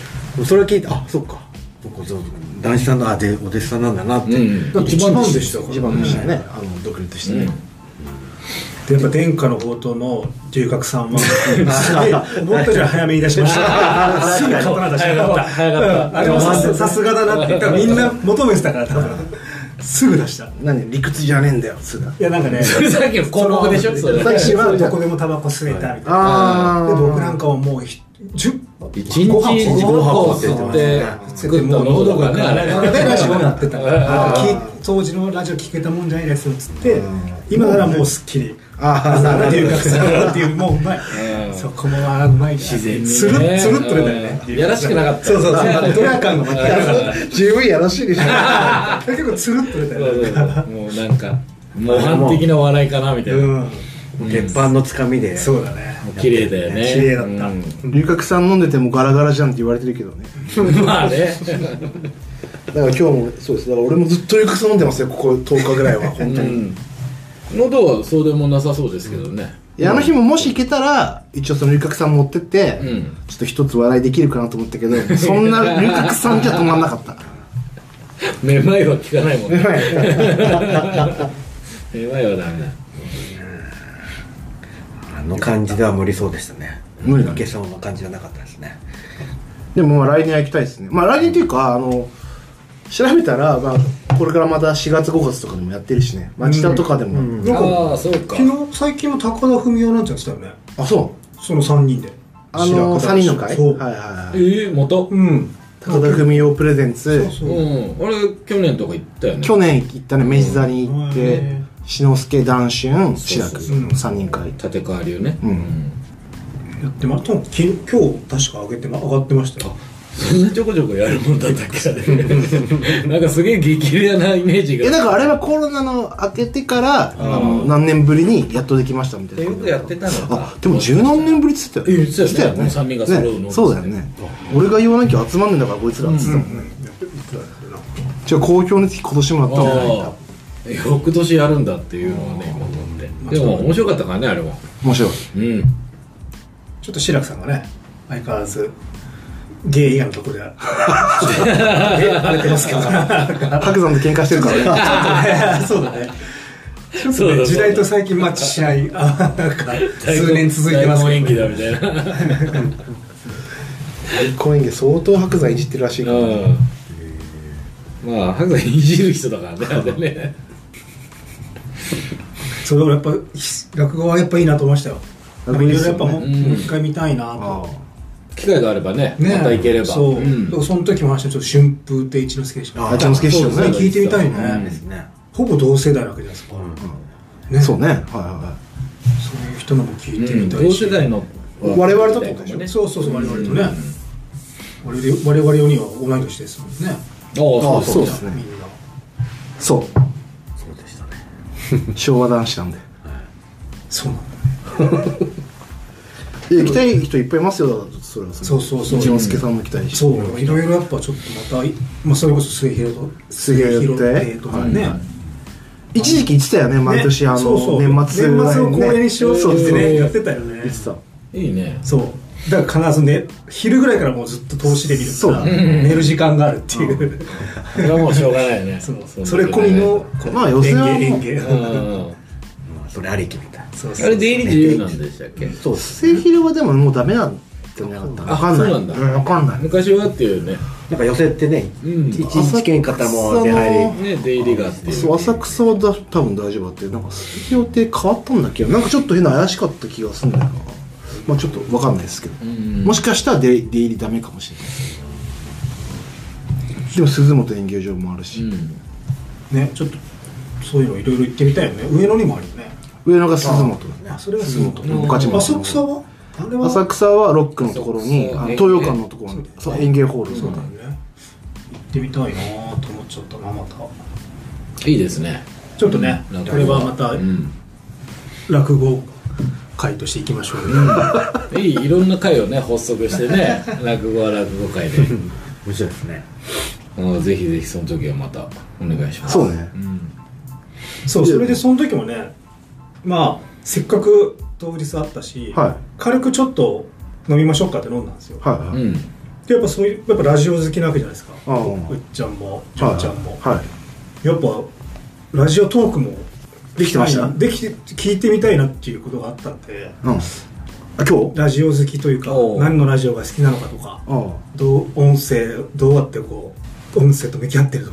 [SPEAKER 4] それ聞いてあそっか僕そう男子さんのあでお弟子さんなんだなって、
[SPEAKER 3] うん
[SPEAKER 4] だって
[SPEAKER 2] 一番弟子だから
[SPEAKER 1] 一番でしたねあの独立してね
[SPEAKER 2] でやっぱ殿下の宝刀の龍角 さんはすごい思ったより早めに出しました すぐ刀出しなかった
[SPEAKER 3] 早かった早かった
[SPEAKER 2] うんあれもさすさすがだなって多分みんな求めてたから多分すぐ出したい
[SPEAKER 1] 何理屈じゃねえんだよつうか
[SPEAKER 2] やなんかね
[SPEAKER 3] それさっきの広告でしょそれ
[SPEAKER 2] 私はどこでもタバコ吸えたみたいな
[SPEAKER 1] あ
[SPEAKER 2] で
[SPEAKER 1] あ
[SPEAKER 2] 僕なんかはもうひ10
[SPEAKER 3] 一日
[SPEAKER 2] ご飯
[SPEAKER 3] 5箱吸って作った喉がねあれ
[SPEAKER 2] でラジオやってた
[SPEAKER 3] あ
[SPEAKER 2] き当時のラジオ聞けたもんじゃないですよっつって今ならもうすっきり
[SPEAKER 1] あ
[SPEAKER 2] あ龍角さんだっていうもううまい
[SPEAKER 3] うん
[SPEAKER 2] そこもあうまい自
[SPEAKER 3] 然にね
[SPEAKER 2] つるつるっと出たよね
[SPEAKER 3] うんやらしくなかった
[SPEAKER 2] そうそうそうドヤ感が全くなかっ
[SPEAKER 1] 十分やらしいでしょ
[SPEAKER 2] た結構つるっと出た
[SPEAKER 3] そう
[SPEAKER 2] よ
[SPEAKER 3] そう
[SPEAKER 2] ね
[SPEAKER 3] そうもうなんか模範的な笑いかなみたいな
[SPEAKER 2] う
[SPEAKER 3] も
[SPEAKER 2] ん
[SPEAKER 4] 鉄板のつかみで
[SPEAKER 2] そうだね
[SPEAKER 3] う綺麗だよね
[SPEAKER 2] 綺麗だった
[SPEAKER 3] うん
[SPEAKER 1] 龍角さん飲んでてもガラガラじゃんって言われてるけどね
[SPEAKER 3] まあね
[SPEAKER 1] だから今日もそうですだから俺もずっと龍角さん飲んでますよここ10日ぐらい は本当に
[SPEAKER 3] 喉はそうでもなさそうですけどね
[SPEAKER 1] いやあの日ももし行けたら一応その龍角さん持ってって、
[SPEAKER 3] うん
[SPEAKER 1] ちょっと一つ笑いできるかなと思ったけ どそんな龍角さんじゃ止まんなかった
[SPEAKER 3] めまいは効かないもんね
[SPEAKER 1] はい
[SPEAKER 3] めまいはダメだ
[SPEAKER 4] あの感じでは無理そうでしたね
[SPEAKER 1] 無理だ
[SPEAKER 4] 化
[SPEAKER 1] ね
[SPEAKER 4] 粧の感じはなかったですね
[SPEAKER 1] でもまあ来年は行きたいですねまあ来年っていうかあの調べたら、まあ、これからまた4月5月とかでもやってるしね町田とかでも、
[SPEAKER 2] なん
[SPEAKER 3] ああ
[SPEAKER 2] か
[SPEAKER 3] そうか
[SPEAKER 2] 昨日最近も高田文雄なんてやってたよね
[SPEAKER 1] あそう
[SPEAKER 2] その3人で
[SPEAKER 1] あの3
[SPEAKER 2] 白子
[SPEAKER 1] 人の会
[SPEAKER 2] そう
[SPEAKER 1] はいはいはい
[SPEAKER 3] ええまたう
[SPEAKER 2] うん
[SPEAKER 1] 高田文雄プレゼンツ
[SPEAKER 2] そうそうん
[SPEAKER 3] 俺去年とか行ったよね
[SPEAKER 1] 去年行ったね明治座に行っ
[SPEAKER 2] う
[SPEAKER 1] て
[SPEAKER 2] ん
[SPEAKER 1] 志の輔談春志らく
[SPEAKER 3] そうそう
[SPEAKER 2] そう
[SPEAKER 1] 3人会
[SPEAKER 3] 立川流ね
[SPEAKER 1] うん
[SPEAKER 2] やってました今日確か上げてま上がってましたよ
[SPEAKER 3] そんなちょこちょこやるもんだったっけあれなんかすげえ激レアなイメージが
[SPEAKER 1] えだからあれはコロナの明けてからあの何年ぶりにやっとできましたみたいな
[SPEAKER 3] よくやってたのか
[SPEAKER 1] あでも十何年ぶりっつってたよ
[SPEAKER 3] え言ってたよねもう三人が揃うの
[SPEAKER 1] ねそうだよね俺が言わなきゃ集まんねえんだからこいつらっつってたもんねじゃあ公共の時今年もやったもん
[SPEAKER 3] あ
[SPEAKER 1] ね
[SPEAKER 3] あ翌年やるんだっていうのはね今思ってでも面白かったからねあれも
[SPEAKER 1] 面白い
[SPEAKER 3] うん
[SPEAKER 2] ちょっと白くさんがね相変わらず芸以外のところで荒れてますけど
[SPEAKER 1] 白山と喧嘩してるからね
[SPEAKER 2] そうだねちょっ
[SPEAKER 3] そう
[SPEAKER 2] と
[SPEAKER 3] だそう
[SPEAKER 2] ね
[SPEAKER 3] だ
[SPEAKER 2] 時代と最近マッチしないあなんか数年続いてます
[SPEAKER 3] 大
[SPEAKER 2] け
[SPEAKER 3] 根
[SPEAKER 2] ど
[SPEAKER 3] 演技だみたいな
[SPEAKER 1] 公演芸相当白山いじってるらしいからね
[SPEAKER 3] うんまあ白山いじる人だからねあれね
[SPEAKER 2] それ俺やっぱひ落語はやっぱいいなと思いましたよなんかいろいろやっぱもう
[SPEAKER 3] うん
[SPEAKER 2] もう一回見たいな
[SPEAKER 1] あ
[SPEAKER 2] と
[SPEAKER 3] 機会があればね
[SPEAKER 2] ね
[SPEAKER 3] また行ければ
[SPEAKER 2] そう、
[SPEAKER 3] ん
[SPEAKER 2] だからその時も話したちょっと春風亭一之輔でした
[SPEAKER 1] あ一之輔師匠
[SPEAKER 3] そう
[SPEAKER 1] ね
[SPEAKER 3] そう
[SPEAKER 2] 聞いてみたいね、
[SPEAKER 3] うん
[SPEAKER 4] ですね
[SPEAKER 2] ほぼ同世代なわけじゃないですか、
[SPEAKER 1] あ
[SPEAKER 2] ね
[SPEAKER 1] そうねはいは
[SPEAKER 2] そういう人のも聞いてみた
[SPEAKER 3] 同
[SPEAKER 2] いし、
[SPEAKER 3] 世代の
[SPEAKER 1] 我々とってことでしょ
[SPEAKER 2] そうそうそう我々とね、我々我々4人は同い年ですもんね
[SPEAKER 3] あ
[SPEAKER 1] そ
[SPEAKER 3] あそうう
[SPEAKER 1] で
[SPEAKER 3] ですす
[SPEAKER 1] ね
[SPEAKER 2] みんな
[SPEAKER 1] そう
[SPEAKER 4] そうでしたね
[SPEAKER 1] 昭和男子なんで
[SPEAKER 2] そうなんだ
[SPEAKER 1] いや行きたい人いっぱいいますよだからそれは
[SPEAKER 2] そうそうそう
[SPEAKER 1] 一之輔さんも行きたいし
[SPEAKER 2] そういろいろやっぱちょっとまた、まあ、それこそ末広と
[SPEAKER 1] 水平
[SPEAKER 2] 末
[SPEAKER 1] やって
[SPEAKER 2] 亭とかね、
[SPEAKER 1] はい一時期行ってたよね毎年
[SPEAKER 2] ね
[SPEAKER 1] あの
[SPEAKER 2] そうそう
[SPEAKER 1] 年末
[SPEAKER 2] 年末を
[SPEAKER 1] ね
[SPEAKER 2] 公演にしようって
[SPEAKER 1] そうそう
[SPEAKER 2] ね
[SPEAKER 1] そう
[SPEAKER 2] やってたよね
[SPEAKER 1] 言ってた
[SPEAKER 3] いいね
[SPEAKER 2] そうだから必ずね昼ぐらいからもうずっと投資で見る
[SPEAKER 1] そう
[SPEAKER 2] から寝る時間があるっていう、
[SPEAKER 3] それはもうしょうがないよね
[SPEAKER 2] そうそれ込みのこう
[SPEAKER 1] まあ予選はもう
[SPEAKER 2] 演芸演芸
[SPEAKER 3] うん
[SPEAKER 4] まあそれありきみたいな
[SPEAKER 2] そう
[SPEAKER 3] あ
[SPEAKER 2] そう
[SPEAKER 3] れ出入り自由なんでしたっけ
[SPEAKER 1] そう末広はでももうダメなんじゃなかった
[SPEAKER 3] あ
[SPEAKER 1] わかんない
[SPEAKER 3] そうなんだ
[SPEAKER 1] うわかんない
[SPEAKER 3] 昔はっていうね
[SPEAKER 4] なんか寄せってね、
[SPEAKER 3] うん
[SPEAKER 4] 一日券方も出入り
[SPEAKER 3] ね出入りがあっていう
[SPEAKER 1] そう浅草はだ多分大丈夫だってなんか末広って変わったんだっけどなんかちょっと変な怪しかった気がするんだよなまあちょっとわかんないですけど
[SPEAKER 3] うん
[SPEAKER 1] もしかしたら出出入りダメかもしれないですでも鈴本演芸場もあるし、
[SPEAKER 3] うん
[SPEAKER 2] ねちょっとそういうのいろいろ行ってみたいよね上野にもあるよね
[SPEAKER 1] 上野が鈴本
[SPEAKER 2] あそれはすごく
[SPEAKER 1] うん御徒町
[SPEAKER 2] あそこはあれは
[SPEAKER 1] 浅草はロックのところに
[SPEAKER 3] そう
[SPEAKER 1] あの
[SPEAKER 3] 園芸
[SPEAKER 1] 東洋館のところにそう園芸ホール
[SPEAKER 2] そうだよね行ってみたいなーと思っちゃったなまた
[SPEAKER 3] いいですね
[SPEAKER 2] ちょっとね
[SPEAKER 3] なんか
[SPEAKER 2] これはまた
[SPEAKER 3] うん
[SPEAKER 2] 落語会としていきましょうね
[SPEAKER 3] いいいろんな会をね発足してね落語は落語会で
[SPEAKER 4] 面白いですね
[SPEAKER 3] うんぜひぜひその時はまたお願いします
[SPEAKER 1] そうね
[SPEAKER 3] ん
[SPEAKER 2] そうそれでその時もねまあせっかく当日会ったし、
[SPEAKER 1] はい
[SPEAKER 2] 軽くちょっと飲みましょうかって飲んだんですよ、
[SPEAKER 1] はいは
[SPEAKER 3] う
[SPEAKER 1] い
[SPEAKER 3] ん
[SPEAKER 2] でやっぱそういうやっぱラジオ好きなわけじゃないですか
[SPEAKER 1] ああ
[SPEAKER 2] うっちゃんもじゅ
[SPEAKER 1] は
[SPEAKER 2] ん
[SPEAKER 1] い
[SPEAKER 2] ちゃんも、
[SPEAKER 1] はい
[SPEAKER 2] やっぱラジオトークも
[SPEAKER 1] できてました
[SPEAKER 2] できて聞いてみたいなっていうことがあったんで
[SPEAKER 1] うんあ今日
[SPEAKER 2] ラジオ好きというか
[SPEAKER 3] おう
[SPEAKER 2] 何のラジオが好きなのかとか
[SPEAKER 1] ああ
[SPEAKER 2] どう音声どうやってこう音声と向き合ってると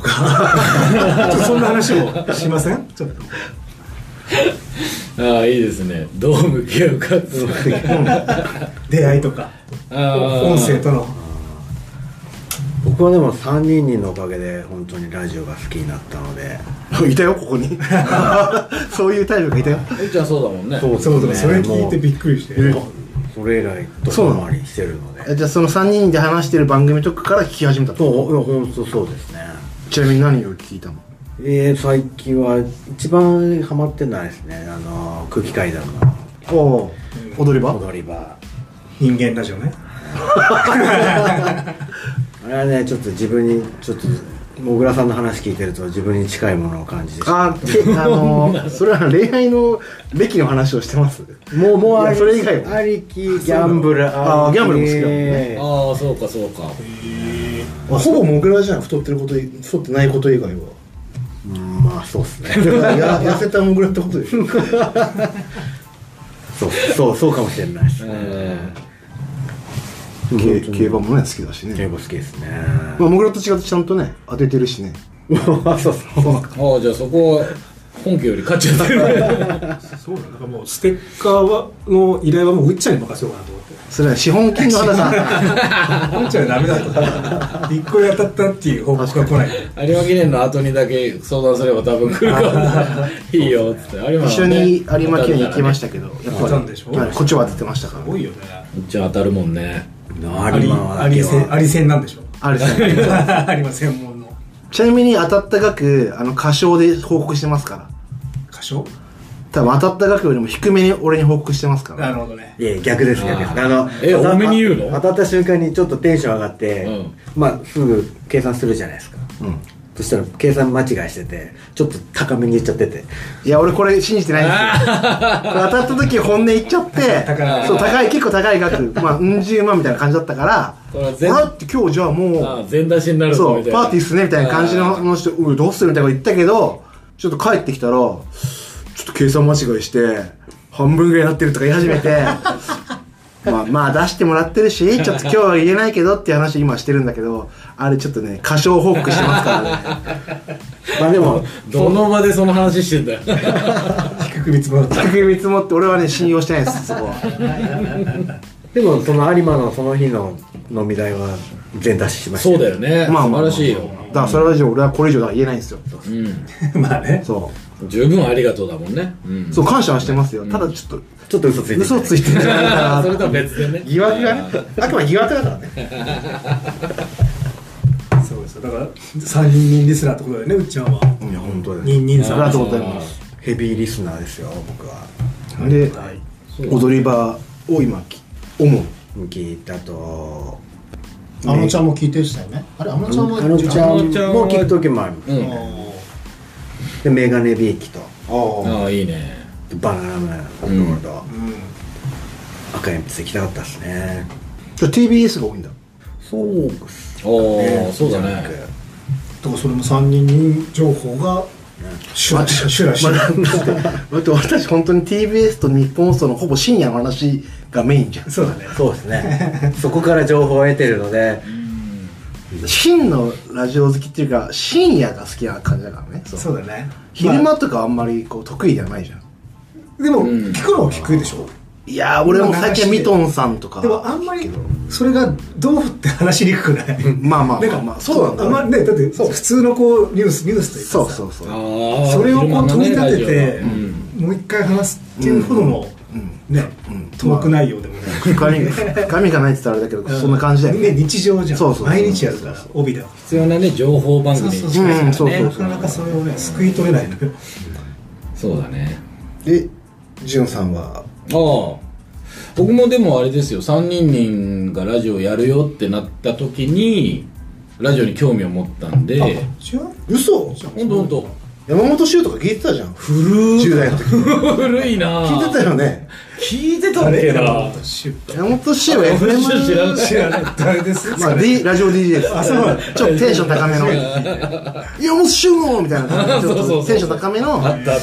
[SPEAKER 2] かちょっとそんな話をしませんちょっと
[SPEAKER 3] ああいいですねどう向き合うかっていう
[SPEAKER 2] 出会いとか
[SPEAKER 3] ああ
[SPEAKER 2] 音声との
[SPEAKER 4] 僕はでも3人にのおかげで本当にラジオが好きになったので
[SPEAKER 1] いたよここに そういうタイプがいたよ
[SPEAKER 3] えっちゃんそうだもんね
[SPEAKER 4] そう
[SPEAKER 2] そうだ
[SPEAKER 4] で
[SPEAKER 2] そ
[SPEAKER 4] す
[SPEAKER 2] れ
[SPEAKER 4] ね
[SPEAKER 2] 聞いてびっくりして
[SPEAKER 4] もうそれ以来ドハマりしてるので
[SPEAKER 1] えじゃあその3人で話してる番組とかから聞き始めたと
[SPEAKER 4] そういや本当そうですね
[SPEAKER 1] ちなみに何を聞いたの
[SPEAKER 4] えー、最近は一番ハマってないですねあの空気階段の
[SPEAKER 1] おお踊り場
[SPEAKER 4] 踊り場
[SPEAKER 2] 人間ラジオね
[SPEAKER 4] あれはねちょっと自分にちょっともぐらさんの話聞いてると自分に近いものを感じてし ま
[SPEAKER 1] あーけあのーそれは恋愛の歴の話をしてます
[SPEAKER 4] うもうもう
[SPEAKER 1] いや
[SPEAKER 4] あり
[SPEAKER 1] それ以外は
[SPEAKER 4] ありきギャンブル
[SPEAKER 1] あーギャンブルも好きだもん
[SPEAKER 4] ね
[SPEAKER 3] ああそうかそうか
[SPEAKER 1] ほぼモグラじゃん太ってることい太ってないこと以外は
[SPEAKER 4] うんまあそうっすね
[SPEAKER 1] や痩せたモグラってことでしょ
[SPEAKER 4] そうそうそうかもしれないです
[SPEAKER 3] う
[SPEAKER 4] ね
[SPEAKER 3] ん
[SPEAKER 1] 競競馬もね好きだし
[SPEAKER 4] 競
[SPEAKER 1] ね
[SPEAKER 4] 馬好きですね
[SPEAKER 1] まあモグラと違ってちゃんとね当ててるしね
[SPEAKER 4] そう そう
[SPEAKER 3] ああじゃあそこは本家より勝っちゃって る
[SPEAKER 2] そうだなんかもうステッカーはの依頼はもううっちゃんに任せようかなと思って
[SPEAKER 1] それは資本金の話だ
[SPEAKER 2] うっちゃんはダメだと一個当たったっていう報告が来ない
[SPEAKER 3] 有馬記念の後にだけ相談すれば多分来るからいいよっつって有馬
[SPEAKER 1] 一緒に有馬記念行きましたたけどやっぱり
[SPEAKER 2] 当たんでしょ
[SPEAKER 1] はいこっちは当ててましたか
[SPEAKER 2] す
[SPEAKER 1] ら
[SPEAKER 2] ごいよね
[SPEAKER 3] じゃあ当たるもんね
[SPEAKER 4] あ
[SPEAKER 2] あり
[SPEAKER 4] り
[SPEAKER 2] ありせんありせんなんで しょ
[SPEAKER 1] あれですね
[SPEAKER 2] ありま専門の
[SPEAKER 1] ちなみに当たった額あの過小で報告してますから
[SPEAKER 2] 箇所
[SPEAKER 1] 多分当たった額よりも低めに俺に報告してますから
[SPEAKER 2] なるほどね
[SPEAKER 4] いや逆です逆です
[SPEAKER 3] あ
[SPEAKER 4] あの
[SPEAKER 3] え
[SPEAKER 4] 当た
[SPEAKER 3] 多めに言うの
[SPEAKER 4] 当たった瞬間にちょっとテンション上がって、
[SPEAKER 3] うん
[SPEAKER 4] まあすぐ計算するじゃないですか
[SPEAKER 1] うん
[SPEAKER 4] そしたら計算間違いしててちょっと高めに言っちゃってて
[SPEAKER 1] いや俺これ信じてないんですよこれ当たった時本音言っちゃって
[SPEAKER 2] 高い
[SPEAKER 1] そう高い結構高い額まあうん十万みたいな感じだったから
[SPEAKER 3] これは全
[SPEAKER 1] あらって今日じゃあ
[SPEAKER 3] ああ
[SPEAKER 1] も
[SPEAKER 3] 全出しにな
[SPEAKER 1] う
[SPEAKER 3] るぞ
[SPEAKER 1] そ
[SPEAKER 3] みた
[SPEAKER 1] う
[SPEAKER 3] いな
[SPEAKER 1] パーティーっすねみたいな感じの
[SPEAKER 3] あ
[SPEAKER 1] の人うんどうするみたいなこと言ったけどちょっと帰ってきたらちょっと計算間違いして半分ぐらいになってるとか言い始めて まあまあ出してもらってるしちょっと今日は言えないけどっていう話今してるんだけどあれちょっとね過小報告してますから ね
[SPEAKER 4] まあでも
[SPEAKER 3] どの場でその話してんだよ
[SPEAKER 2] 低く見積もった
[SPEAKER 1] 低く見積もって俺はね信用してないですそこは。
[SPEAKER 4] でもその有馬のその日の飲み代は全出ししまし た
[SPEAKER 3] そうだよね
[SPEAKER 1] まあ
[SPEAKER 3] 素
[SPEAKER 1] まあま
[SPEAKER 3] 晴ら
[SPEAKER 1] あ
[SPEAKER 3] しいよ
[SPEAKER 1] だからそれは以上俺はこれ以上だから言えないんですよ
[SPEAKER 3] う
[SPEAKER 2] まあね
[SPEAKER 1] そ
[SPEAKER 3] ん十分ありがとうだもんねうん
[SPEAKER 1] うそう感謝はしてますよただちょっ
[SPEAKER 4] ちょっと嘘つい
[SPEAKER 1] と
[SPEAKER 4] て
[SPEAKER 1] 嘘ついてるんじゃないか
[SPEAKER 3] あ
[SPEAKER 1] な
[SPEAKER 3] それとは別でね
[SPEAKER 1] 疑惑がねあくまで疑惑だからね
[SPEAKER 2] そうですよだから三人リスナーってことだよねうっちゃんはい
[SPEAKER 4] や本当です
[SPEAKER 2] 人人
[SPEAKER 1] あ
[SPEAKER 2] さ
[SPEAKER 1] り
[SPEAKER 2] ん
[SPEAKER 1] が
[SPEAKER 2] は
[SPEAKER 1] とうございます
[SPEAKER 4] ヘビーリスナーですよ僕は
[SPEAKER 1] で
[SPEAKER 2] い
[SPEAKER 1] 踊り場を今き思う
[SPEAKER 4] 聞いたと
[SPEAKER 5] あのちゃんも聞いてるしたよね。あれ、あのちゃんも。
[SPEAKER 4] あのちゃん
[SPEAKER 3] あのちゃんは
[SPEAKER 4] も聞く時もある
[SPEAKER 3] うん
[SPEAKER 4] でメガネビーキと
[SPEAKER 1] あ
[SPEAKER 3] ああいいね
[SPEAKER 4] バナナマンのところと赤鉛筆行きたかったですね
[SPEAKER 1] あ TBS が多い んだ
[SPEAKER 4] そうっす
[SPEAKER 3] おおそうだね
[SPEAKER 2] だからそれも三人情報がシュラシュラシュラシュラ
[SPEAKER 1] だって俺たち本当に TBS と日本放送のほぼ深夜の話がメインじゃん
[SPEAKER 2] そうだね
[SPEAKER 4] そうですねそこから情報を得てるので
[SPEAKER 1] 真のラジオ好きっていうか深夜が好きな感じだからねそう
[SPEAKER 2] そうだね
[SPEAKER 1] 昼間とかあんまりこう得意じゃないじゃん
[SPEAKER 2] でも
[SPEAKER 3] ん
[SPEAKER 2] 聞くのは聞くでしょ
[SPEAKER 1] いやー俺も最近はミトンさんとか
[SPEAKER 2] でもあんまりそれがどうって話しにくくない
[SPEAKER 1] まあまあ
[SPEAKER 2] な
[SPEAKER 1] ま
[SPEAKER 2] んか
[SPEAKER 1] あまあそうなんだ
[SPEAKER 2] あまねだって普通のこうニュースニュースというかさ
[SPEAKER 1] そうそうそう
[SPEAKER 3] ああ
[SPEAKER 2] それをこう取り立て
[SPEAKER 3] 昼間のねラ
[SPEAKER 2] て
[SPEAKER 3] ジオうん
[SPEAKER 2] もう一回話すっていうほどのねトーク内容でも
[SPEAKER 1] 髪髪がないって言ったらあれだけど そんな感じだよ
[SPEAKER 2] ね日常じゃん
[SPEAKER 1] そうそう
[SPEAKER 2] 毎日やるから帯だ
[SPEAKER 3] 必要なね情報番組に近いからね
[SPEAKER 1] そうそうそう
[SPEAKER 2] なかなかそれをね救い取れないのよ
[SPEAKER 3] そうだね
[SPEAKER 1] でジュンさんは
[SPEAKER 3] ああ僕もでもあれですよ3人がラジオやるよってなった時にラジオに興味を持ったんで
[SPEAKER 2] 違う
[SPEAKER 1] 嘘
[SPEAKER 3] 本当本当
[SPEAKER 1] 山本修とか聞いてたじゃん古10代の時
[SPEAKER 3] 古いな
[SPEAKER 1] 聞いてたよね
[SPEAKER 3] 聞いてたっけな
[SPEAKER 1] 山本修は FM
[SPEAKER 3] 知らん知らん
[SPEAKER 2] 誰です
[SPEAKER 1] まあ、D、ラジオ DJ です。ちょっとテンション高めの。いや、もうシューンみたいな感じで、ちょっとテンション高めの、
[SPEAKER 3] あったあった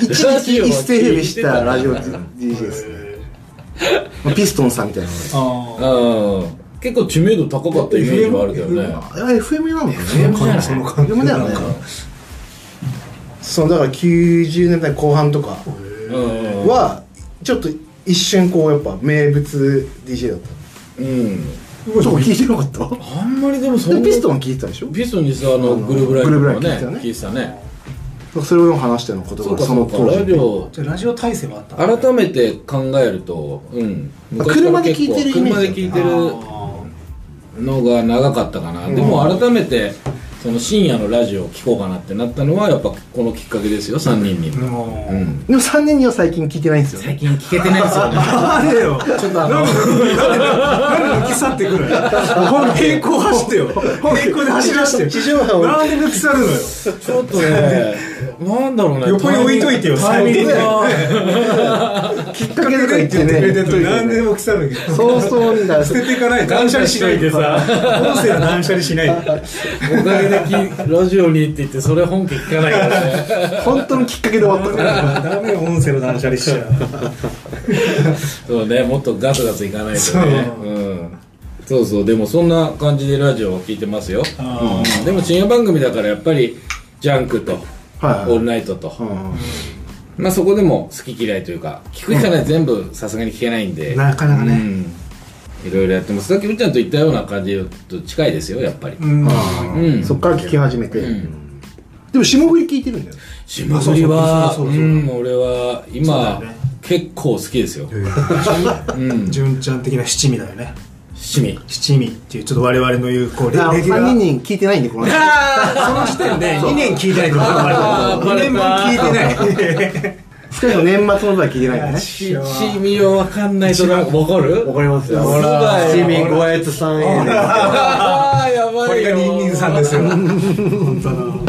[SPEAKER 1] 一日一世ヘビしたラジオ DJ ですね。まあピストンさんみたいなので。
[SPEAKER 2] あ
[SPEAKER 3] うん結構知名度高かったイメージはあるけどね
[SPEAKER 1] あれは FM なのか
[SPEAKER 2] あ
[SPEAKER 1] ね。
[SPEAKER 2] その感じ
[SPEAKER 1] FM だよね。そのだから90年代後半とか
[SPEAKER 3] うん
[SPEAKER 1] は、ちょっと一瞬こう、やっぱ名物 DJ だっ
[SPEAKER 3] うん
[SPEAKER 1] た。ちょっと聞いてなかった
[SPEAKER 3] あんまりでもそ
[SPEAKER 1] で
[SPEAKER 3] ん
[SPEAKER 1] も
[SPEAKER 3] な
[SPEAKER 1] ピストンは聞いてたでしょ
[SPEAKER 3] ピストンにさあの
[SPEAKER 1] あの
[SPEAKER 3] グルーブライブ
[SPEAKER 1] グルー
[SPEAKER 3] ね
[SPEAKER 1] ブライブ
[SPEAKER 3] 聞いてたね
[SPEAKER 1] それを話したようなこと
[SPEAKER 3] そう
[SPEAKER 1] が
[SPEAKER 3] か
[SPEAKER 1] そ
[SPEAKER 3] そ
[SPEAKER 1] の
[SPEAKER 3] うかラジ
[SPEAKER 1] 頃。
[SPEAKER 3] オ
[SPEAKER 2] じゃあラジオ体制はあった
[SPEAKER 3] 改めて考えるとうん
[SPEAKER 1] あ車で聞いてるイメージだ
[SPEAKER 3] 車で聞いてるのが長かったかな、でも改めてその深夜のラジオを聴こうかなってなったのはやっぱこのきっかけですよ3人に、うん
[SPEAKER 1] でも3年には最近聞いてないんですよね。
[SPEAKER 3] 最近聞けてないですよね
[SPEAKER 2] あれよ
[SPEAKER 3] ちょっとあの
[SPEAKER 2] 何で抜き去ってくるの平行走ってよ平行で走らしてよ
[SPEAKER 1] 地上波を
[SPEAKER 2] なんで抜き去るのよ
[SPEAKER 3] ちょっとねなんだろうね
[SPEAKER 2] 横に置いといてよ
[SPEAKER 3] タイミングが
[SPEAKER 1] きっかけとか言ってね
[SPEAKER 2] てるなんで抜き去るのよ
[SPEAKER 1] そうそうにだ
[SPEAKER 2] 捨てていかない断捨離しないでさ音声は断捨離しないで
[SPEAKER 3] おかげできラジオにって言ってそれ本家聞かないからね
[SPEAKER 1] 本当のきっかけで終わったから
[SPEAKER 2] ダメよ音声の断捨離しちゃう
[SPEAKER 3] そうねもっとガツガツいかないとね、
[SPEAKER 2] そう
[SPEAKER 3] ん、そうそうでもそんな感じでラジオを聞いてますよ、
[SPEAKER 2] あ
[SPEAKER 3] うんでも深夜番組だからやっぱりジャンクと、
[SPEAKER 1] はい
[SPEAKER 3] オールナイトと、
[SPEAKER 1] う
[SPEAKER 3] まあそこでも好き嫌いというか聞く人はね全部さすがに聞けないんで
[SPEAKER 1] んなかなか
[SPEAKER 3] う
[SPEAKER 1] ね
[SPEAKER 3] んいろいろやってますさっきうっちゃんと言ったような感じと近いですよやっぱり
[SPEAKER 2] うん
[SPEAKER 3] うん
[SPEAKER 1] そっから聞き始めて
[SPEAKER 3] ん
[SPEAKER 1] でも霜降り聞いてるんだよ
[SPEAKER 3] 霜降りは
[SPEAKER 2] そううそうそうそうん
[SPEAKER 3] 俺は今
[SPEAKER 2] そうだよね
[SPEAKER 3] 結構好きですようん
[SPEAKER 2] 純ちゃん的な七味だよね
[SPEAKER 3] 七味
[SPEAKER 2] 七味っていうちょっと我々の有効
[SPEAKER 1] だから3人聞いてないんでこ の話
[SPEAKER 2] その時点で2年聞いてないと
[SPEAKER 3] あーバレた
[SPEAKER 2] 聞いてない
[SPEAKER 1] しかも年末の部は聞いてないからね
[SPEAKER 3] 七味はわかんないとなんかわかる
[SPEAKER 4] わかりますよ。
[SPEAKER 3] ほら
[SPEAKER 4] 七味ごえつさんへの
[SPEAKER 3] ああやばいよ
[SPEAKER 2] これが二人さんですよ本当の